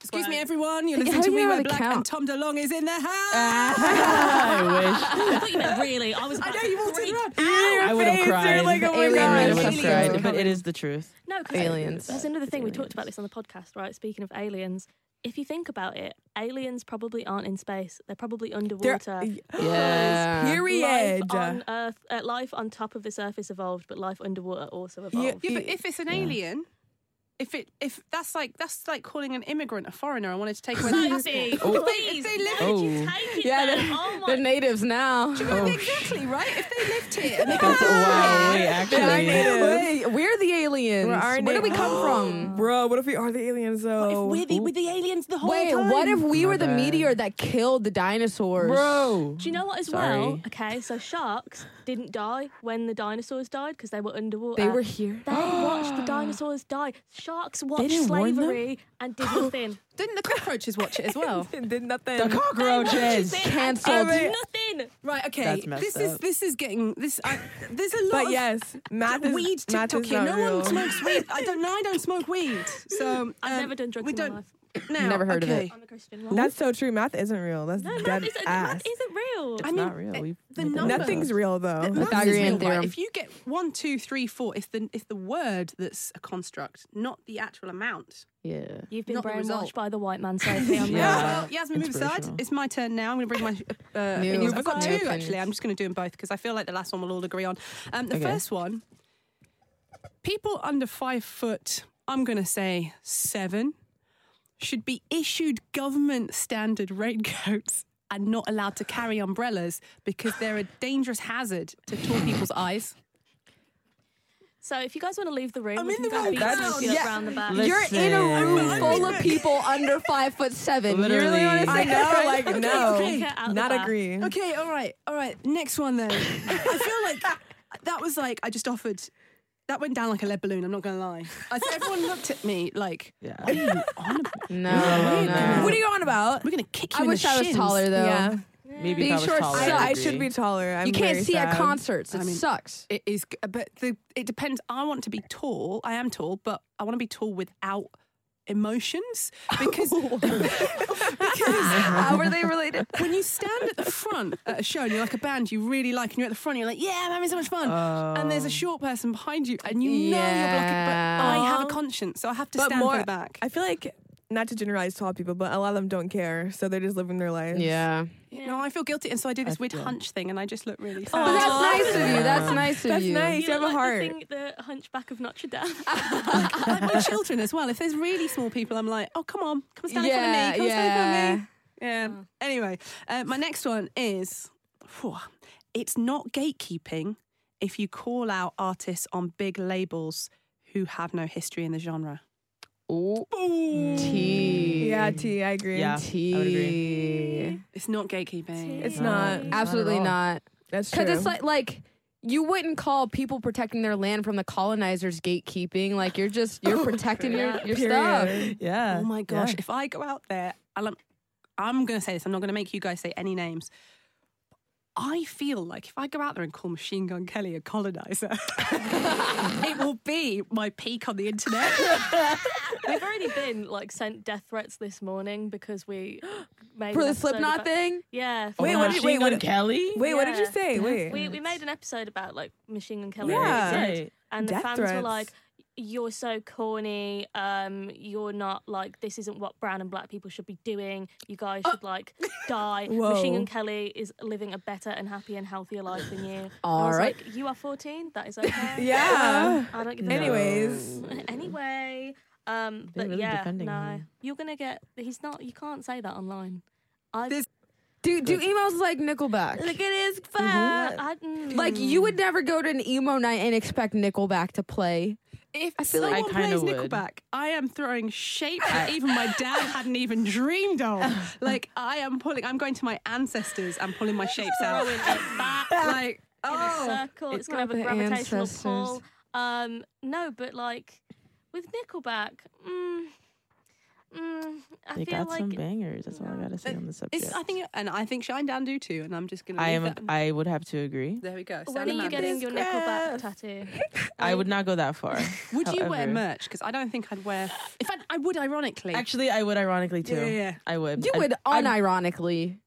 Speaker 1: Excuse me, everyone. You're
Speaker 5: Like,
Speaker 1: listening
Speaker 5: how
Speaker 1: to
Speaker 5: do you
Speaker 1: We
Speaker 5: know how
Speaker 1: Wear
Speaker 5: to
Speaker 1: Black, and
Speaker 5: count?
Speaker 1: Tom DeLong is in the house.
Speaker 4: I wish.
Speaker 2: I thought you meant really. I was. I know you
Speaker 1: Walking around.
Speaker 4: I would have
Speaker 7: face,
Speaker 4: cried.
Speaker 7: you're like, oh my
Speaker 5: Alien
Speaker 7: God.
Speaker 4: I
Speaker 5: man
Speaker 4: would have
Speaker 5: Aliens
Speaker 4: cried,
Speaker 5: coming.
Speaker 4: but it is the truth.
Speaker 2: No, 'cause
Speaker 5: Aliens.
Speaker 2: That's another thing we talked
Speaker 5: aliens.
Speaker 2: about this on the podcast, right? Speaking of aliens, if you think about it, aliens probably aren't in space. They're probably
Speaker 7: They're-
Speaker 2: underwater.
Speaker 5: Yeah.
Speaker 7: Period.
Speaker 2: Life on Earth, uh, life on top of the surface evolved, but life underwater also evolved.
Speaker 1: Yeah, but if it's an alien, if it if that's like that's like calling an immigrant a foreigner. I wanted to take away. their
Speaker 2: Susie,
Speaker 1: passport. If they- if
Speaker 2: please,
Speaker 1: they live
Speaker 2: why would you
Speaker 4: Oh.
Speaker 2: take it
Speaker 5: Yeah,
Speaker 2: there?
Speaker 5: they're-
Speaker 2: Oh
Speaker 5: the
Speaker 2: my
Speaker 5: natives now.
Speaker 1: Oh. exactly right. If they lived here, and they
Speaker 4: That's, wow, Oh, wait,
Speaker 7: Yeah,
Speaker 4: actually.
Speaker 5: Wait, we're the aliens.
Speaker 7: We're our
Speaker 5: Where do we come from?
Speaker 7: Bro, what if we are the aliens though?
Speaker 2: the, with the aliens the whole
Speaker 5: Wait, what if we
Speaker 4: My
Speaker 5: were the
Speaker 4: bad.
Speaker 5: meteor that killed the dinosaurs?
Speaker 4: Bro.
Speaker 2: Do you know what as well?
Speaker 4: Sorry.
Speaker 2: Okay, so sharks didn't die when the dinosaurs died because they were underwater.
Speaker 5: They were here.
Speaker 2: They watched the dinosaurs die. Sharks watched
Speaker 7: didn't warn them?
Speaker 2: slavery and did nothing.
Speaker 1: Didn't the cockroaches watch it as well?
Speaker 7: did nothing.
Speaker 4: The
Speaker 2: Watches
Speaker 4: cockroaches.
Speaker 2: it and
Speaker 5: Cancelled.
Speaker 2: did nothing.
Speaker 1: right. Okay.
Speaker 4: That's messed
Speaker 1: this is
Speaker 4: up.
Speaker 1: this is getting this. I, there's a lot.
Speaker 7: But
Speaker 1: of
Speaker 7: yes, math is
Speaker 1: weed
Speaker 7: math
Speaker 1: TikTok
Speaker 7: is
Speaker 1: here.
Speaker 7: not
Speaker 1: No
Speaker 7: real.
Speaker 1: one smokes weed. I don't. No, I don't smoke weed. So
Speaker 2: I've
Speaker 1: um,
Speaker 2: never done drugs
Speaker 1: We
Speaker 2: in my
Speaker 1: don't.
Speaker 2: life.
Speaker 1: Now,
Speaker 5: Never heard of
Speaker 1: okay.
Speaker 5: it.
Speaker 2: I'm a Christian. What?
Speaker 7: That's so true. Math isn't real. That's
Speaker 2: no, math
Speaker 7: dead
Speaker 2: isn't,
Speaker 7: ass.
Speaker 2: math isn't real.
Speaker 1: I mean,
Speaker 4: not real.
Speaker 1: uh,
Speaker 4: We've
Speaker 1: the
Speaker 4: made that
Speaker 1: number-
Speaker 4: up.
Speaker 7: Nothing's real though.
Speaker 1: Maths is
Speaker 5: Pythagorean
Speaker 1: real, right?
Speaker 5: theorem.
Speaker 1: If you get one, two, three, four, it's the it's the word that's a construct, not the actual amount.
Speaker 5: Yeah.
Speaker 2: You've been
Speaker 1: not the result.
Speaker 2: brainwashed by the white man, Sophie. I'm
Speaker 4: Yeah.
Speaker 2: not-
Speaker 1: Well, Yasmin, move aside.
Speaker 4: Inspirational.
Speaker 1: It's my turn now. I'm going to bring my uh,
Speaker 5: New-
Speaker 1: opinions. I've got two
Speaker 5: new opinions.
Speaker 1: actually. I'm just going to do them both because I feel like the last one we'll all agree on. Um, the
Speaker 4: Okay.
Speaker 1: first one: people under five foot, I'm going to say seven, should be issued government standard raincoats and not allowed to carry umbrellas because they're a dangerous hazard to tall people's eyes.
Speaker 2: So if you guys want to leave the room,
Speaker 1: I'm
Speaker 2: we
Speaker 1: in
Speaker 2: can
Speaker 1: the
Speaker 2: go
Speaker 1: wrong
Speaker 2: beat
Speaker 1: crowd.
Speaker 2: ourselves
Speaker 5: Yeah.
Speaker 2: around the back.
Speaker 4: Listen.
Speaker 5: You're in a room
Speaker 4: I'm
Speaker 5: full of people under five foot seven. You really
Speaker 4: Literally.
Speaker 5: wanna say-
Speaker 7: I know, like no,
Speaker 2: okay, okay, out the
Speaker 7: not
Speaker 2: back.
Speaker 7: agree.
Speaker 1: Okay, all right, all right. Next one then. I feel like that was like I just offered. That went down like a lead balloon. I'm not gonna lie. I, everyone looked at me like, "What
Speaker 4: Yeah.
Speaker 1: are you on about?
Speaker 5: No,
Speaker 1: Yeah.
Speaker 5: no.
Speaker 7: What are you on about?
Speaker 1: We're gonna kick you
Speaker 5: I
Speaker 1: in
Speaker 5: wish
Speaker 1: the
Speaker 5: I was
Speaker 1: shins."
Speaker 5: taller though.
Speaker 7: Yeah,
Speaker 4: Maybe
Speaker 5: Being
Speaker 4: if I was
Speaker 5: short
Speaker 4: taller,
Speaker 5: sucks.
Speaker 4: I'd
Speaker 7: I,
Speaker 5: I
Speaker 7: should
Speaker 4: agree.
Speaker 7: be taller. I'm
Speaker 5: you can't
Speaker 7: very
Speaker 5: see
Speaker 7: sad.
Speaker 5: at concerts. It
Speaker 1: I mean-
Speaker 5: sucks.
Speaker 1: It is, g- but the it depends. I want to be tall. I am tall, but I want to be tall without emotions because
Speaker 5: How are they related?
Speaker 1: when you stand at the front at a show and you're like a band you really like and you're at the front, you're like, yeah, I'm having so much fun. and there's a short person behind you, and you know you're blocking. But I have a
Speaker 7: Oh. Yeah.
Speaker 1: conscience, so I have to
Speaker 7: But
Speaker 1: stand
Speaker 7: more-
Speaker 1: for the back.
Speaker 7: I feel like not to generalize tall people, but a lot of them don't care, so they're just living their life.
Speaker 5: Yeah.
Speaker 1: No, I feel guilty, and so I do this weird
Speaker 4: feel-
Speaker 1: hunch thing, and I just look really
Speaker 5: But
Speaker 1: sad.
Speaker 5: that's nice of you. That's nice of
Speaker 7: That's
Speaker 5: you.
Speaker 7: nice. You have
Speaker 2: look like
Speaker 7: a
Speaker 2: the,
Speaker 7: heart.
Speaker 2: thing, the hunchback of Notre Dame.
Speaker 1: like my children as well. If there's really small people, I'm like, oh come on, come stand in
Speaker 5: Yeah,
Speaker 1: front of me, come stand in
Speaker 5: yeah.
Speaker 1: front of me. Yeah. Anyway, uh, my next one is, phew, it's not gatekeeping if you call out artists on big labels who have no history in the genre.
Speaker 5: Ooh. Tea.
Speaker 7: Yeah, T, I agree.
Speaker 4: Yeah.
Speaker 5: Tea.
Speaker 4: I would agree.
Speaker 1: It's not gatekeeping.
Speaker 7: It's not.
Speaker 5: Absolutely not.
Speaker 7: That's true.
Speaker 5: Because it's like like you wouldn't call people protecting their land from the colonizers gatekeeping. Like you're just you're protecting your your stuff.
Speaker 7: Period.
Speaker 4: Yeah.
Speaker 1: Oh my gosh, if I go out there and I'm, I'm going to say this, I'm not going to make you guys say any names. I feel like if I go out there and call Machine Gun Kelly a colonizer, it will be my peak on the internet.
Speaker 2: We've already been like sent death threats this morning because we made
Speaker 5: For
Speaker 2: an
Speaker 5: the
Speaker 2: episode
Speaker 5: Slipknot
Speaker 2: about-
Speaker 5: thing?
Speaker 2: Yeah.
Speaker 7: Wait,
Speaker 5: oh,
Speaker 7: what did- wait,
Speaker 4: Machine
Speaker 7: what-
Speaker 4: Gun Kelly?
Speaker 7: Wait, what did you
Speaker 2: Yeah.
Speaker 7: say? Wait.
Speaker 2: We, we made an episode about like Machine Gun Kelly.
Speaker 7: Yeah.
Speaker 2: Yeah.
Speaker 4: Right.
Speaker 2: And the
Speaker 7: Death
Speaker 2: fans were
Speaker 7: threats.
Speaker 2: like, you're so corny. Um, you're not like this isn't what brown and black people should be doing. You guys should like die.
Speaker 7: Uh, Whoa.
Speaker 2: Machine Gun Kelly is living a better and happier and healthier life than you. I
Speaker 5: All
Speaker 2: was
Speaker 5: right.
Speaker 2: like, you are 14. That is okay.
Speaker 7: Yeah.
Speaker 2: I don't give a
Speaker 7: Anyways.
Speaker 2: anyway, um, but
Speaker 5: really
Speaker 2: yeah,
Speaker 5: defending
Speaker 2: no,
Speaker 5: him.
Speaker 2: you're gonna get. He's not. You can't say that online. I
Speaker 1: This-
Speaker 5: Do do emos like Nickelback? Mm-hmm.
Speaker 7: Look at his
Speaker 2: I,
Speaker 7: fat.
Speaker 2: I- mm,
Speaker 5: Like you would never go to an emo night and expect Nickelback to play.
Speaker 1: If
Speaker 5: I feel like I
Speaker 1: someone
Speaker 5: kinda
Speaker 1: plays
Speaker 5: would.
Speaker 1: Nickelback, I am throwing shape that even my dad hadn't even dreamed of. Like I am pulling, I'm going to my ancestors and pulling my shapes out. like
Speaker 2: in a
Speaker 1: oh,
Speaker 2: circle. It's,
Speaker 5: it's
Speaker 2: gonna have
Speaker 5: not
Speaker 2: a
Speaker 5: the
Speaker 2: gravitational
Speaker 5: ancestors.
Speaker 2: pull. Um, no, but like with Nickelback, mm, mm, I
Speaker 4: They
Speaker 2: feel
Speaker 4: got some
Speaker 2: like
Speaker 4: bangers. That's all I gotta say on the subject.
Speaker 1: it's, I think, and I think Shine Down do too. And I'm just gonna.
Speaker 4: I
Speaker 1: leave
Speaker 4: am.
Speaker 1: that.
Speaker 4: I would have to agree.
Speaker 1: there we go.
Speaker 2: when are you
Speaker 1: Salamanders.
Speaker 2: getting your Nickelback tattoo?
Speaker 4: I would not go that far.
Speaker 1: Would you wear
Speaker 4: However-
Speaker 1: merch? Because I don't think I'd wear. In fact, I would ironically.
Speaker 4: Actually, I would. Ironically, too.
Speaker 1: yeah, yeah, yeah.
Speaker 4: I would.
Speaker 5: You
Speaker 4: Um, I-
Speaker 5: would
Speaker 4: I'm-
Speaker 5: unironically.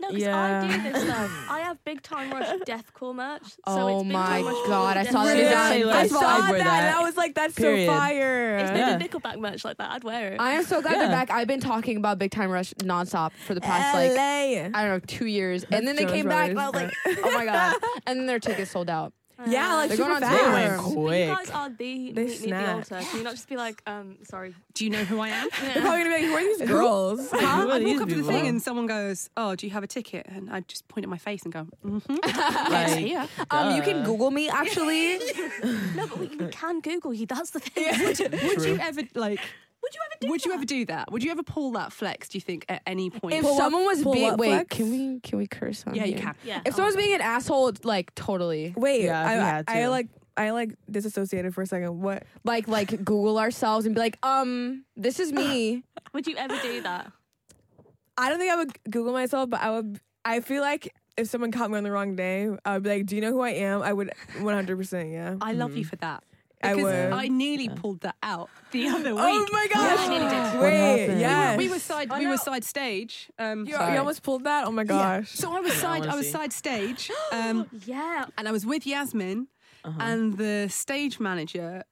Speaker 2: No, because I do
Speaker 4: Yeah.
Speaker 2: this though. I have big time rush deathcore merch. So
Speaker 5: Oh
Speaker 2: it's big
Speaker 5: my
Speaker 2: time rush
Speaker 5: God, I
Speaker 2: deathcore
Speaker 5: saw that
Speaker 2: merch.
Speaker 5: design.
Speaker 4: Really?
Speaker 7: I
Speaker 4: I'd
Speaker 7: saw
Speaker 4: I'd
Speaker 7: that,
Speaker 4: wear
Speaker 7: and
Speaker 4: that.
Speaker 7: I was like, that's
Speaker 4: Period.
Speaker 7: so
Speaker 2: If
Speaker 7: fire.
Speaker 2: they
Speaker 4: Yeah.
Speaker 2: did Nickelback merch like that, I'd wear it.
Speaker 5: I am so glad they're
Speaker 4: Yeah.
Speaker 5: back. I've been talking about Big Time Rush nonstop for the past like
Speaker 7: LA.
Speaker 5: I don't know two years, and then they
Speaker 7: Jonas
Speaker 5: came back, and I was
Speaker 7: Brothers.
Speaker 5: like, oh my god! And then their tickets sold out.
Speaker 7: yeah, like
Speaker 5: They're
Speaker 7: super
Speaker 5: going on
Speaker 7: fast.
Speaker 4: They
Speaker 5: tour.
Speaker 4: went
Speaker 5: But
Speaker 2: But Um, you guys
Speaker 4: quick.
Speaker 2: are the
Speaker 7: They
Speaker 2: meet me at the
Speaker 7: snapped.
Speaker 2: altar. Can you not just be like, um, sorry?
Speaker 1: Do you know who I am?
Speaker 7: They're probably gonna be like, who are these girls?
Speaker 1: Huh?
Speaker 4: Who are
Speaker 1: I'd
Speaker 4: these
Speaker 1: walk up to the
Speaker 4: people?
Speaker 1: thing and someone goes, "Oh, do you have a ticket?" And I'd just point at my face and go, "Mm-hmm."
Speaker 4: Like,
Speaker 5: Um, you can
Speaker 4: duh.
Speaker 5: Google me actually.
Speaker 2: No, but we, we can Google you. That's the thing.
Speaker 1: would, would you ever like?
Speaker 2: Would you ever do
Speaker 1: Would you
Speaker 2: that?
Speaker 1: ever do that? Would you ever pull that flex? Do you think at any point?
Speaker 5: if
Speaker 1: Pull-
Speaker 5: someone was
Speaker 7: pull
Speaker 5: being
Speaker 7: up
Speaker 5: wait,
Speaker 7: flex?
Speaker 5: can we can we curse on
Speaker 1: yeah, you
Speaker 5: here?
Speaker 1: can.
Speaker 2: Yeah.
Speaker 5: If someone's being an asshole, it's, like totally,
Speaker 7: Wait,
Speaker 4: Yeah, if you had
Speaker 7: I, I
Speaker 4: to.
Speaker 7: like I like disassociated for a second. What?
Speaker 5: like like Google ourselves and be like, um, this is me.
Speaker 2: Would you ever do that?
Speaker 7: I don't think I would Google myself, but I would. I feel like if someone caught me on the wrong day, I would be like, "Do you know who I am?" I would 100. percent Yeah,
Speaker 1: I love you for that.
Speaker 7: I
Speaker 1: Because
Speaker 7: would.
Speaker 1: I nearly pulled that out the other week.
Speaker 7: oh my gosh!
Speaker 4: did. What
Speaker 7: Wait,
Speaker 4: happened?
Speaker 7: yes.
Speaker 1: We were side.
Speaker 7: Oh,
Speaker 1: we
Speaker 7: no.
Speaker 1: were side stage. Um,
Speaker 7: You, you
Speaker 4: Sorry.
Speaker 7: almost pulled that. Oh my
Speaker 1: yeah.
Speaker 7: gosh!
Speaker 1: So I was side.
Speaker 4: wanna
Speaker 1: I was
Speaker 4: see.
Speaker 1: side stage. Um,
Speaker 2: Yeah.
Speaker 1: and I was with Yasmin,
Speaker 5: Uh-huh.
Speaker 1: and the stage manager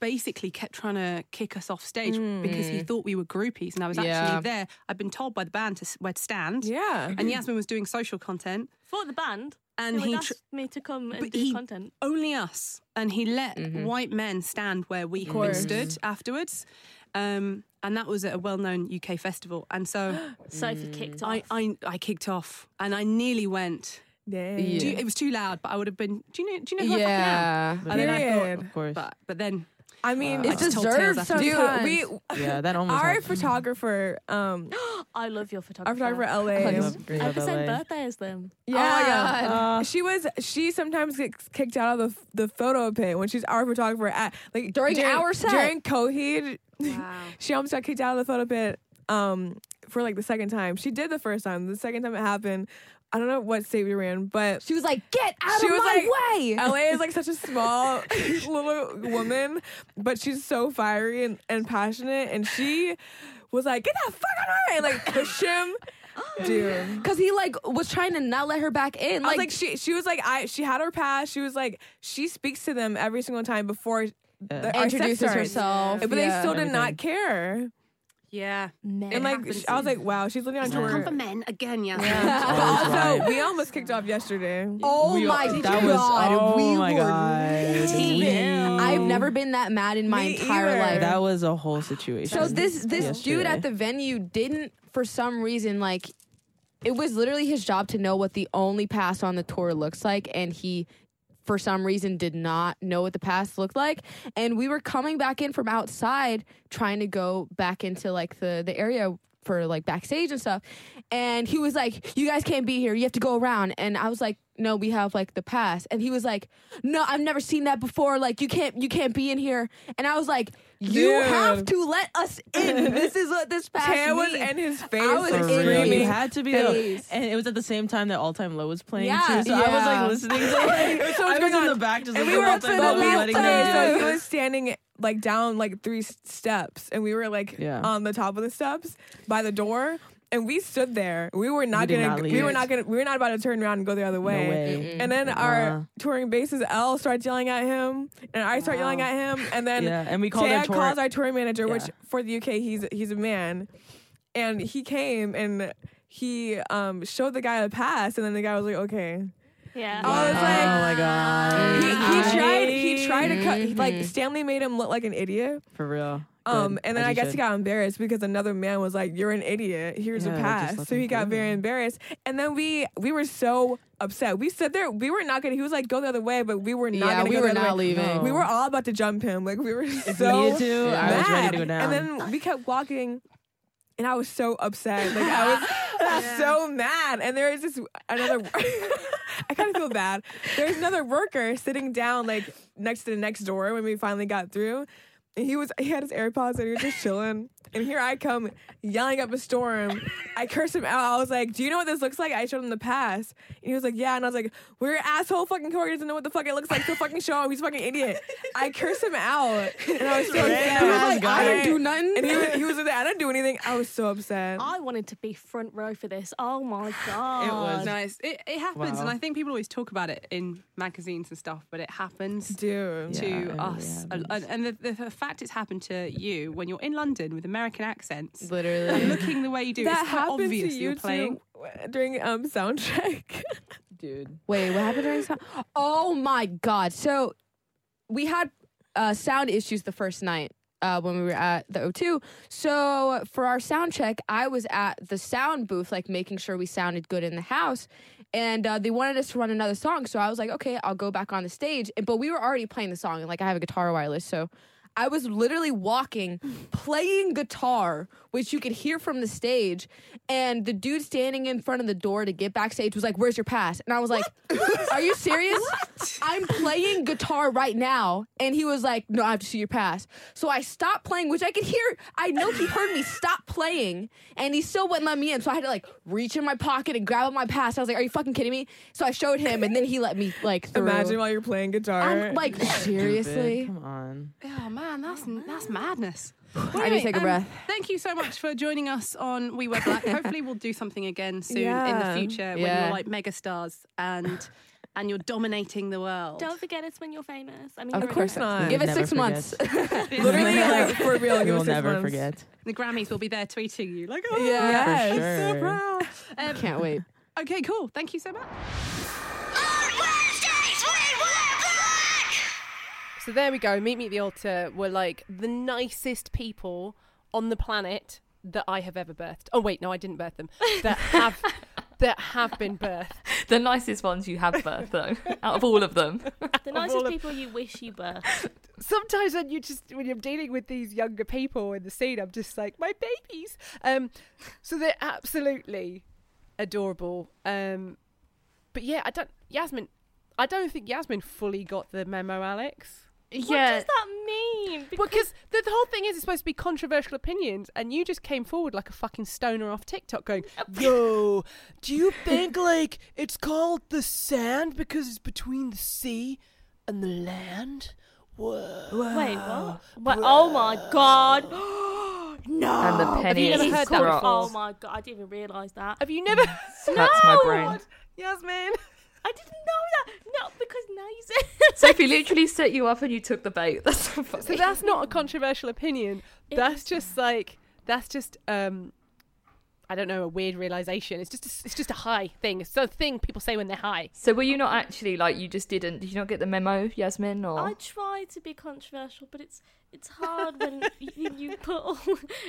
Speaker 1: basically kept trying to kick us off stage because he thought we were groupies, and I was
Speaker 5: Hmm. Yeah.
Speaker 1: actually there. I'd been told by the band to s- where to stand.
Speaker 7: Yeah.
Speaker 1: And Yasmin was doing social content,
Speaker 2: For the band.
Speaker 1: and
Speaker 2: he
Speaker 1: he
Speaker 2: would
Speaker 1: tr-
Speaker 2: asked me to come and
Speaker 1: But
Speaker 2: do
Speaker 1: he-
Speaker 2: content.
Speaker 1: only us, and he let
Speaker 5: Mm-hmm.
Speaker 1: white men stand where we had been stood afterwards. Um, and that was at a well-known UK festival, and so
Speaker 2: Sophie kicked off.
Speaker 1: Mm. I, I I kicked off, and I nearly went.
Speaker 7: Dang.
Speaker 5: Yeah.
Speaker 1: Do you- it was too loud, but I would have been. Do you know? Do you know who I
Speaker 5: yeah,
Speaker 1: fucking am? And then I thought,
Speaker 7: Period.
Speaker 4: Of course.
Speaker 1: but but then
Speaker 7: I mean,
Speaker 5: it's
Speaker 1: I just told tales
Speaker 5: deserved
Speaker 1: after-
Speaker 7: dude.
Speaker 5: sometimes.
Speaker 7: We oh
Speaker 4: Yeah, that almost.
Speaker 7: our
Speaker 4: happened.
Speaker 7: photographer, um,
Speaker 2: I love your
Speaker 7: our
Speaker 2: photographer.
Speaker 7: photographer LA.
Speaker 4: I love-
Speaker 2: I have the
Speaker 4: love
Speaker 2: same
Speaker 4: LA.
Speaker 2: birthday as them.
Speaker 7: Yeah.
Speaker 4: Uh,
Speaker 7: she was. She sometimes gets kicked out of the the photo pit when she's our photographer at like
Speaker 5: During our set.
Speaker 7: during Coheed. she almost got kicked out of the photo pit. Um, for like the second time. She did the first time. The second time it happened, I don't know what state we were in, but
Speaker 5: she was like, get out
Speaker 7: She
Speaker 5: of
Speaker 7: was
Speaker 5: my way.
Speaker 7: LA is like such a small little woman, but she's so fiery and, and passionate. And she was like, "Get the fuck out of her!" and like push him, dude.
Speaker 5: Cause he like was trying to not let her back in.
Speaker 7: I was
Speaker 5: Like,
Speaker 7: like, she she was like, I she had her pass. She was like, she speaks to them every single time before the, our set
Speaker 5: introduces
Speaker 7: starts.
Speaker 5: herself.
Speaker 7: But they
Speaker 5: yeah.
Speaker 7: still did not
Speaker 4: Everything.
Speaker 7: care.
Speaker 1: yeah,
Speaker 7: And like sh- I was like, wow, she's living on tour.
Speaker 1: for men again, Yasmin.
Speaker 7: But
Speaker 4: Always
Speaker 7: also,
Speaker 4: right.
Speaker 7: we almost kicked off yesterday.
Speaker 5: Oh
Speaker 4: We-
Speaker 5: my
Speaker 4: that
Speaker 5: god!
Speaker 4: was- oh
Speaker 5: we
Speaker 4: my
Speaker 5: were livid.
Speaker 4: God. We-
Speaker 5: I've never been that mad in my
Speaker 7: Me
Speaker 5: entire
Speaker 7: either.
Speaker 5: life.
Speaker 4: That was a whole situation.
Speaker 5: so this this dude
Speaker 4: yesterday.
Speaker 5: at the venue didn't, for some reason, like it was literally his job to know what the only pass on the tour looks like, and he. For some reason, did not know what the pass looked like, and we were coming back in from outside, trying to go back into like the the area for like backstage and stuff. And he was like, "You guys can't be here. You have to go around." And I was like, "No, we have like the pass." And he was like, "No, I've never seen that before. Like, you can't you can't be in here." And I was like, "You
Speaker 7: Dude.
Speaker 5: have to let us in. This is what this pass
Speaker 7: Tan was
Speaker 5: means."
Speaker 7: in his face,
Speaker 5: I was
Speaker 7: like,
Speaker 5: in
Speaker 4: For real,
Speaker 7: screaming.
Speaker 4: you
Speaker 5: his
Speaker 4: had to be there,
Speaker 5: face.
Speaker 4: and it was at the same time that All Time Low was playing
Speaker 5: Yeah.
Speaker 4: too. So I was
Speaker 5: Yeah.
Speaker 4: like listening. To, like,
Speaker 7: was so
Speaker 4: I
Speaker 7: much
Speaker 4: was
Speaker 7: going
Speaker 4: in the
Speaker 7: on.
Speaker 4: back, just
Speaker 7: and
Speaker 4: like
Speaker 7: we were
Speaker 4: all
Speaker 7: up to
Speaker 4: time
Speaker 7: the
Speaker 4: low,
Speaker 7: left
Speaker 4: letting them do
Speaker 7: so
Speaker 4: it.
Speaker 7: he was standing like down like three steps, and we were like
Speaker 4: Yeah.
Speaker 7: on the top of the steps by the door. and we stood there. We were not
Speaker 8: did
Speaker 7: gonna.
Speaker 8: not
Speaker 7: we
Speaker 8: leave.
Speaker 7: were not gonna. We were not about to turn around and go the other
Speaker 8: No
Speaker 7: way.
Speaker 8: way.
Speaker 7: And then
Speaker 8: Uh-uh.
Speaker 7: our touring bassist L starts yelling at him, and I start yelling at him, and then
Speaker 8: Yeah, and we called our
Speaker 7: Tad
Speaker 8: tour.
Speaker 7: calls our touring manager, which
Speaker 8: Yeah.
Speaker 7: for the UK he's he's a man, and he came and he um showed the guy a pass, and then the guy was like, okay.
Speaker 2: Yeah.
Speaker 7: I was like,
Speaker 8: oh my god,
Speaker 7: He, he tried. He
Speaker 8: I-
Speaker 7: tried to cut.
Speaker 8: Mm-hmm.
Speaker 7: Like Stanley made him look like an idiot.
Speaker 8: for real.
Speaker 7: Um,
Speaker 8: Good,
Speaker 7: and then
Speaker 8: as
Speaker 7: I
Speaker 8: you
Speaker 7: guess
Speaker 8: should.
Speaker 7: he got embarrassed because another man was like, "You're an idiot. Here's
Speaker 8: Yeah,
Speaker 7: a
Speaker 8: like, just
Speaker 7: pass."
Speaker 8: let
Speaker 7: So
Speaker 8: them
Speaker 7: he got
Speaker 8: go.
Speaker 7: very embarrassed. And then we we were so upset. We stood there. We were not gonna. He was like, "Go the other way," but we were not.
Speaker 5: yeah,
Speaker 7: gonna
Speaker 5: we
Speaker 7: go
Speaker 5: were
Speaker 7: the other
Speaker 5: not
Speaker 7: way.
Speaker 5: leaving.
Speaker 7: We were all about to jump him. Like we were
Speaker 8: If
Speaker 7: so
Speaker 8: you needed to, I was ready
Speaker 7: mad.
Speaker 8: to go down.
Speaker 7: And then we kept walking, and I was so upset. Like I was, I was so mad. And there is this another. I kind of feel bad. There's another worker sitting down like next to the next door when we finally got through. And he was he had his AirPods and he was just chilling. And here I come yelling up a storm. I cursed him out. I was like, "Do you know what this looks like?" I showed him the pass, and he was like, "Yeah." And I was like, "We're your asshole fucking coworker doesn't know what the fuck it looks like. So fucking show him. He's a fucking idiot." I cursed him out, and I was so upset.
Speaker 5: He was
Speaker 8: ass
Speaker 5: like,
Speaker 8: guy.
Speaker 5: I didn't do nothing.
Speaker 7: And he was, he was like, "I didn't do anything." I was so upset.
Speaker 2: I wanted to be front row for this. Oh my god.
Speaker 8: It was.
Speaker 9: Nice. It, it happens, and
Speaker 8: Wow.
Speaker 9: I think people always talk about it in magazines and stuff, but it happens
Speaker 7: Dude,
Speaker 8: Yeah,
Speaker 9: to
Speaker 8: it really
Speaker 9: us. a-
Speaker 8: happens.
Speaker 9: and and the, the fact it's happened to you when you're in London with American accents,
Speaker 5: Literally.
Speaker 9: looking the way you do,
Speaker 7: that
Speaker 9: it's quite
Speaker 7: happened to
Speaker 9: obvious that
Speaker 7: you
Speaker 9: you're playing.
Speaker 7: too during um soundcheck.
Speaker 8: dude.
Speaker 5: Wait, what happened during sound? Oh my god! So we had uh, sound issues the first night uh, when we were at the O2. So for our sound check, I was at the sound booth, like making sure we sounded good in the house. And uh, they wanted us to run another song, so I was like, okay, I'll go back on the stage. And, but we were already playing the song, and like I have a guitar wireless, so. I was literally walking, playing guitar, which you could hear from the stage. And the dude standing in front of the door to get backstage was like, Where's your pass? And I was like, Are you serious? I'm playing guitar right now. And he was like, No, I have to see your pass. So I stopped playing, which I could hear. I know he heard me stop playing, and he still wouldn't let me in. So I had to like reach in my pocket and grab up my pass. I was like, Are you fucking kidding me? So I showed him, and then he let me like through.
Speaker 7: Imagine while you're playing guitar.
Speaker 5: I'm like, Seriously?
Speaker 8: Come on.
Speaker 9: Oh man, that's that's madness. um,
Speaker 5: I need to take a breath.
Speaker 9: Thank you so much for joining us on We Were Black. Hopefully, we'll do something again soon
Speaker 7: Yeah.
Speaker 9: in the future when
Speaker 5: Yeah.
Speaker 9: you're like megastars and and you're dominating the world.
Speaker 2: Don't forget it's when you're famous. I mean,
Speaker 5: Of
Speaker 2: you're
Speaker 5: course
Speaker 2: already-
Speaker 7: not.
Speaker 5: Give it
Speaker 8: Never
Speaker 5: six months.
Speaker 7: Literally, like for real.
Speaker 8: We
Speaker 7: give
Speaker 8: will
Speaker 7: us six
Speaker 8: never
Speaker 7: months.
Speaker 8: forget.
Speaker 9: The Grammys will be there tweeting you like, oh,
Speaker 7: Yes.
Speaker 8: For sure.
Speaker 9: Um,
Speaker 5: Can't wait.
Speaker 9: Okay, cool. Thank you so much.
Speaker 1: So there we go. Meet Me at the Altar were like the nicest people on the planet that I have ever birthed. Oh wait, no, I didn't birth them. That have that have been birthed.
Speaker 3: The nicest ones you have birth though, out of all of them.
Speaker 2: The nicest people you wish you were.
Speaker 1: Sometimes when you just when you're dealing with these younger people in the scene, I'm just like my babies. Um, so they're absolutely adorable. Um, but yeah, I don't Yasmin. I don't think Yasmin fully got the memo, Alex.
Speaker 2: What does that mean? Because
Speaker 1: Because the, the whole thing is it's supposed to be controversial opinions, and you just came forward like a fucking stoner off TikTok going, Yo, do you think like it's called the sand because it's between the sea and the land? Whoa.
Speaker 2: wait, what? Wait, oh my god!
Speaker 3: And the penny
Speaker 1: never
Speaker 3: is
Speaker 1: heard that before?
Speaker 3: dropped.
Speaker 2: Oh my god! I didn't even realise that.
Speaker 1: Have you never.
Speaker 3: That's my brain.
Speaker 1: Yasmin.
Speaker 2: I didn't know that. No, because now you said.
Speaker 3: Sophie literally set you up and you took the bait. That's so funny.
Speaker 1: So that's not a controversial opinion.
Speaker 2: It
Speaker 1: that's
Speaker 2: is
Speaker 1: just like, that's just, um, I don't know, a weird realization. It's just, a, it's just a high thing. It's a thing people say when they're high.
Speaker 3: So were you not actually like you just didn't? Did you not get the memo, Yasmin? Or
Speaker 2: I try to be controversial, but it's it's hard when you, you put all.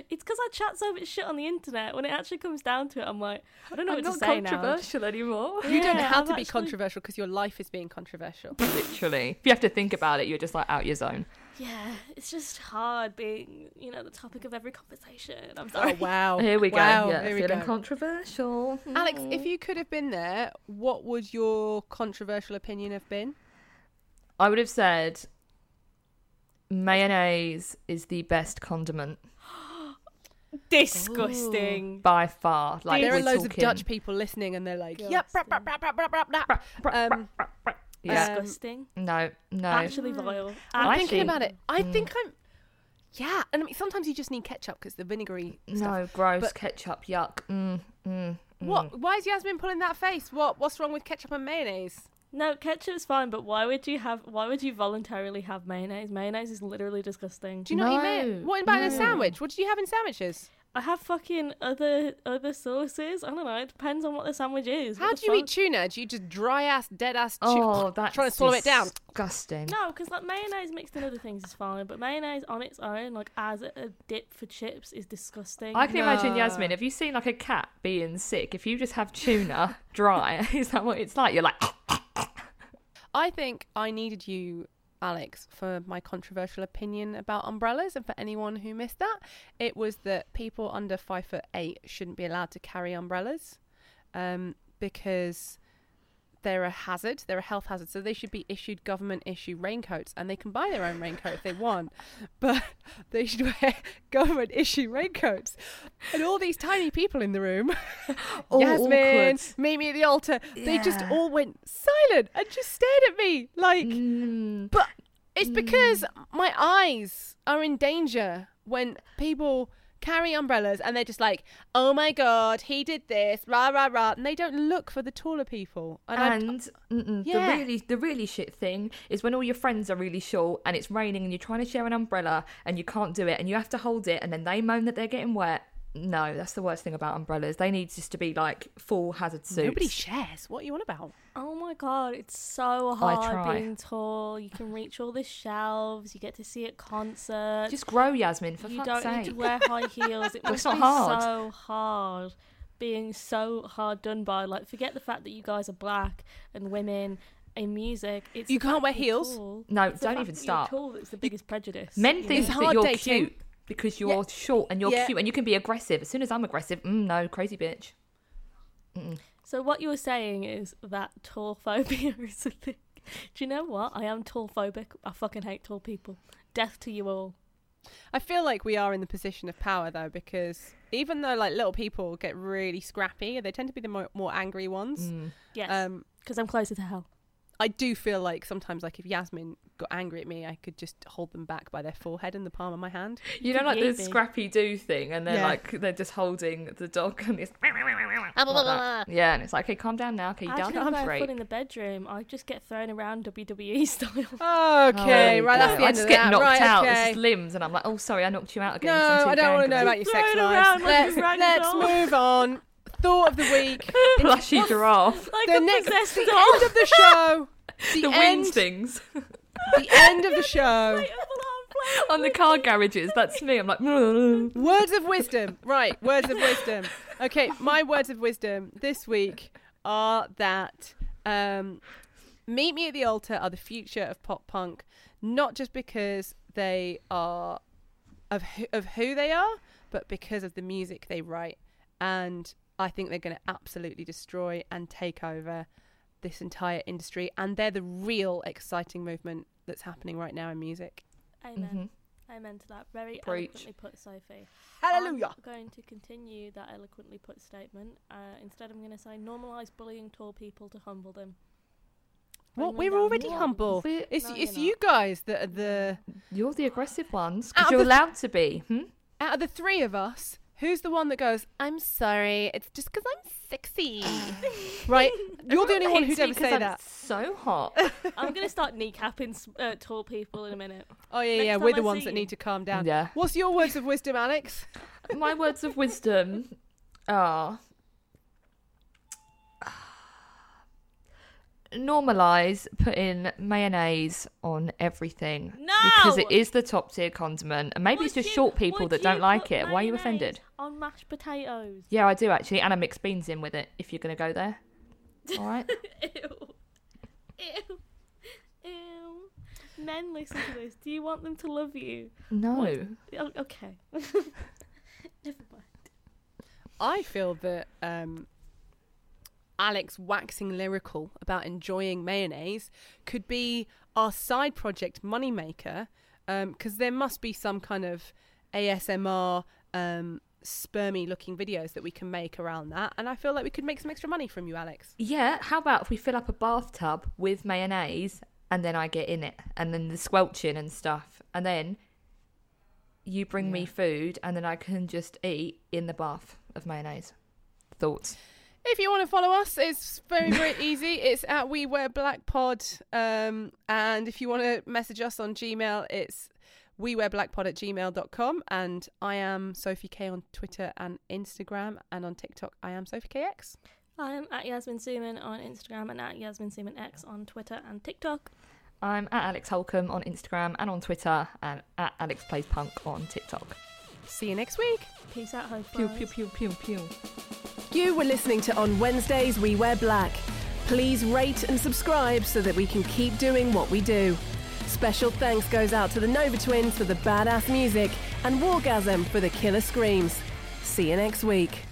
Speaker 2: It's because I chat so much shit on the internet. When it actually comes down to it, I'm like, I don't know
Speaker 3: I'm
Speaker 2: what
Speaker 3: not
Speaker 2: to say now.
Speaker 3: controversial anymore.
Speaker 1: You don't know
Speaker 2: Yeah,
Speaker 1: how
Speaker 2: I've
Speaker 1: to be
Speaker 2: actually-
Speaker 1: controversial because your life is being controversial.
Speaker 3: Literally, if you have to think about it, you're just like out your zone.
Speaker 2: Yeah, it's just hard being, you know, the topic of every conversation. I'm
Speaker 1: Oh
Speaker 2: sorry.
Speaker 1: wow!
Speaker 3: Here we go.
Speaker 1: Wow,
Speaker 3: yeah,
Speaker 1: here we
Speaker 3: feeling
Speaker 1: go.
Speaker 3: controversial.
Speaker 1: Alex, if you could have been there, what would your controversial opinion have been?
Speaker 3: I would have said mayonnaise is the best condiment
Speaker 2: Disgusting.
Speaker 3: by far. Like
Speaker 1: there are
Speaker 3: we're
Speaker 1: loads
Speaker 3: talking,
Speaker 1: of Dutch people listening, and they're like,
Speaker 2: Yes.
Speaker 1: "Yep, brap, brap, brap, brap, brap, brap, brap." Um,
Speaker 3: Yeah.
Speaker 2: Disgusting.
Speaker 3: no, no.
Speaker 2: actually
Speaker 1: I'm
Speaker 2: vile.
Speaker 3: Oh, I Mm.
Speaker 2: Actually-
Speaker 1: thinking
Speaker 3: think-
Speaker 1: about it. I think I'm. Yeah, and I mean sometimes you just need ketchup because the vinegary. Stuff.
Speaker 3: No, gross.
Speaker 1: But-
Speaker 3: ketchup, yuck. Mm, mm, mm.
Speaker 1: What? Why is Yasmin pulling that face? What? What's wrong with ketchup and mayonnaise?
Speaker 2: No, ketchup's fine, but why would you have? Why would you voluntarily have mayonnaise? Mayonnaise is literally disgusting.
Speaker 1: Do you not eat
Speaker 3: No,
Speaker 1: mayonnaise? What about in a
Speaker 3: no.
Speaker 1: sandwich? What did you have in sandwiches?
Speaker 2: I have fucking other other sauces. I don't know. It depends on what the sandwich is.
Speaker 1: How
Speaker 2: What
Speaker 1: do
Speaker 2: the
Speaker 1: you eat
Speaker 2: fuck?
Speaker 1: tuna? Do you just dry ass, dead ass?
Speaker 3: Oh, that's
Speaker 1: trying to swallow it down.
Speaker 3: Disgusting.
Speaker 2: No, because like mayonnaise mixed in other things is fine, but mayonnaise on its own, like as a dip for chips, is disgusting.
Speaker 3: I can imagine
Speaker 1: No.
Speaker 3: Yasmin. Have you seen like a cat being sick? If you just have tuna dry, is that what it's like? You're like,
Speaker 1: I think I needed you, Alex, for my controversial opinion about umbrellas, and for anyone who missed that, it was that people under five foot eight shouldn't be allowed to carry umbrellas, um, because they're a hazard, they're a health hazard, so they should be issued government issue raincoats, and they can buy their own raincoat if they want, but they should wear government issue raincoats, and all these tiny people in the room. Oh,
Speaker 3: All
Speaker 1: Yasmin,
Speaker 3: awkward.
Speaker 1: meet me at the altar. They just
Speaker 3: Yeah.
Speaker 1: all went silent and just stared at me like
Speaker 3: mm,
Speaker 1: but it's because my eyes are in danger when people carry umbrellas and they're just like, oh my god, he did this, rah rah rah, and they don't look for the taller people. And, I-
Speaker 3: and mm-mm,
Speaker 1: Yeah.
Speaker 3: the really the really shit thing is when all your friends are really short and it's raining and you're trying to share an umbrella and you can't do it and you have to hold it and then they moan that they're getting wet. No, that's the worst thing about umbrellas. They need just to be like full hazard suits.
Speaker 1: nobody shares. What are you on about?
Speaker 2: Oh my god, it's so
Speaker 3: try.
Speaker 2: hard being tall. You can reach all the shelves. You get to see it concerts.
Speaker 3: just grow, Yasmin. For
Speaker 2: you
Speaker 3: fuck's
Speaker 2: don't
Speaker 3: sake.
Speaker 2: need to wear high heels. It
Speaker 3: Well,
Speaker 2: must
Speaker 3: it's not
Speaker 2: be
Speaker 3: hard.
Speaker 2: so hard being so hard done by. Like, forget the fact that you guys are black and women in music. It's
Speaker 1: You
Speaker 2: the
Speaker 1: can't
Speaker 2: fact
Speaker 1: wear
Speaker 2: that you're
Speaker 1: heels?
Speaker 2: tall.
Speaker 3: No,
Speaker 2: It's the
Speaker 3: don't
Speaker 2: fact
Speaker 3: even
Speaker 2: that you're
Speaker 3: start.
Speaker 2: Tall, that's the biggest prejudice.
Speaker 3: Men
Speaker 2: you
Speaker 3: think
Speaker 1: It's
Speaker 2: know?
Speaker 1: hard
Speaker 3: that you're
Speaker 1: dating.
Speaker 3: cute because you're short and you're
Speaker 1: Yeah.
Speaker 3: cute and you can be aggressive. As soon as I'm aggressive, mm, no, crazy bitch.
Speaker 2: So what you were saying is that tall phobia is a thing. Do you know what? I am tall phobic. I fucking hate tall people. Death to you all.
Speaker 1: I feel like we are in the position of power though, because even though like little people get really scrappy, they tend to be the more, more angry ones.
Speaker 3: Mm.
Speaker 2: Yes,
Speaker 1: Um,
Speaker 2: because I'm closer to hell.
Speaker 1: I do feel like sometimes, like if Yasmin got angry at me, I could just hold them back by their forehead and the palm of my hand.
Speaker 3: You know,
Speaker 2: could
Speaker 3: like the
Speaker 2: yay big.
Speaker 3: Scrappy Doo thing, and they're
Speaker 1: Yeah. Ah,
Speaker 3: like they're just holding the dog and it's like that. yeah, and it's like, okay, calm down now. Okay, you
Speaker 2: I
Speaker 3: down?
Speaker 2: can't
Speaker 3: I'm
Speaker 2: wear
Speaker 3: free.
Speaker 2: foot in the bedroom. I just get thrown around WWE style.
Speaker 1: Okay,
Speaker 3: Oh,
Speaker 1: right. That's
Speaker 3: God.
Speaker 1: the
Speaker 3: I
Speaker 1: end
Speaker 3: just
Speaker 1: of
Speaker 3: get
Speaker 1: that.
Speaker 3: knocked
Speaker 1: right,
Speaker 3: out.
Speaker 1: Okay.
Speaker 3: It's just limbs, and I'm like, oh, sorry, I knocked you out again.
Speaker 1: No,
Speaker 3: 'cause I'm too
Speaker 1: I don't want to
Speaker 3: gangly.
Speaker 1: know about your sex
Speaker 2: Thrown
Speaker 1: lives.
Speaker 2: around like
Speaker 1: Let's,
Speaker 2: a rag
Speaker 1: let's
Speaker 2: doll.
Speaker 1: move on. Thought of the week.
Speaker 3: Plushy giraffe,
Speaker 2: Like
Speaker 1: the
Speaker 2: a
Speaker 1: next,
Speaker 2: possessed
Speaker 1: the
Speaker 2: doll.
Speaker 3: Oh.
Speaker 1: end of the show. The,
Speaker 3: the
Speaker 1: end.
Speaker 3: wings things
Speaker 1: The end of the show.
Speaker 3: on the car garages. That's me. I'm like, mm.
Speaker 1: Words of wisdom. Right. Words of wisdom. Okay. My words of wisdom this week are that um, Meet Me at the Altar are the future of pop punk, not just because they are of who, of who they are, but because of the music they write. And I think they're going to absolutely destroy and take over this entire industry. And they're the real exciting movement that's happening right now in music.
Speaker 2: Amen.
Speaker 3: Mhm.
Speaker 2: Amen to that. Very
Speaker 3: Preach.
Speaker 2: eloquently put, Sophie.
Speaker 1: Hallelujah.
Speaker 2: I'm going to continue that eloquently put statement. Uh, instead, I'm going to say normalise bullying tall people to humble them.
Speaker 1: What?
Speaker 2: Bring them
Speaker 1: We're
Speaker 2: down.
Speaker 1: already
Speaker 2: What?
Speaker 1: humble.
Speaker 3: We're-
Speaker 1: It's,
Speaker 2: No,
Speaker 1: it's
Speaker 2: you're
Speaker 1: you guys that are the
Speaker 3: You're the aggressive ones
Speaker 1: Out
Speaker 3: because
Speaker 1: of
Speaker 3: you're
Speaker 1: the-
Speaker 3: allowed to be. Hmm?
Speaker 1: out of the three of us. Who's the one that goes? I'm sorry. It's just because I'm sexy, right? You're the only one who's ever say that.
Speaker 3: So hot.
Speaker 2: I'm going to start kneecapping s- uh, tall people in a minute.
Speaker 1: Oh yeah,
Speaker 2: Next
Speaker 1: yeah.
Speaker 2: time
Speaker 1: We're the
Speaker 2: I
Speaker 1: ones
Speaker 2: see
Speaker 1: that
Speaker 2: you.
Speaker 1: need to calm down.
Speaker 3: Yeah.
Speaker 1: What's your words of wisdom, Alex?
Speaker 3: My words of wisdom are normalize putting mayonnaise on everything
Speaker 2: No!
Speaker 3: because it is the top tier condiment, and maybe it's
Speaker 2: Would
Speaker 3: just
Speaker 2: you-
Speaker 3: short people
Speaker 2: would
Speaker 3: that
Speaker 2: you
Speaker 3: don't like
Speaker 2: put
Speaker 3: it. Why are you
Speaker 2: mayonnaise
Speaker 3: offended?
Speaker 2: On mashed potatoes.
Speaker 3: Yeah, I do actually, and I mix beans in with it if you're gonna go there. All right.
Speaker 2: Ew. Ew. Ew. Men, listen to this. Do you want them to love you?
Speaker 3: No.
Speaker 2: O- okay. Never mind.
Speaker 1: I feel that um, Alex waxing lyrical about enjoying mayonnaise could be our side project moneymaker because there must be some kind of ASMR um, spermy looking videos that we can make around that. And I feel like we could make some extra money from you, Alex.
Speaker 3: Yeah. How about if we fill up a bathtub with mayonnaise, and then I get in it, and then the squelching and stuff, and then you bring me food and then I can just eat in the bath of mayonnaise. Thoughts?
Speaker 1: If you want to follow us, it's very, very easy. It's at We Wear Black Pod. Um, and if you want to message us on Gmail, it's we wear blackpod at gmail.com. And I am Sophie K on Twitter and Instagram. And on TikTok, I am Sophie KX.
Speaker 2: I'm at Yasmin Suman on Instagram and at Yasmin Suman X on Twitter and TikTok.
Speaker 3: I'm at Alex Holcomb on Instagram and on Twitter and at Alex Plays Punk on TikTok.
Speaker 1: See you next week.
Speaker 2: Peace out, hope.
Speaker 3: Pew, pew, pew, pew, pew.
Speaker 10: You were listening to On Wednesdays We Wear Black. Please rate and subscribe so that we can keep doing what we do. Special thanks goes out to the Nova Twins for the badass music and Wargasm for the killer screams. See you next week.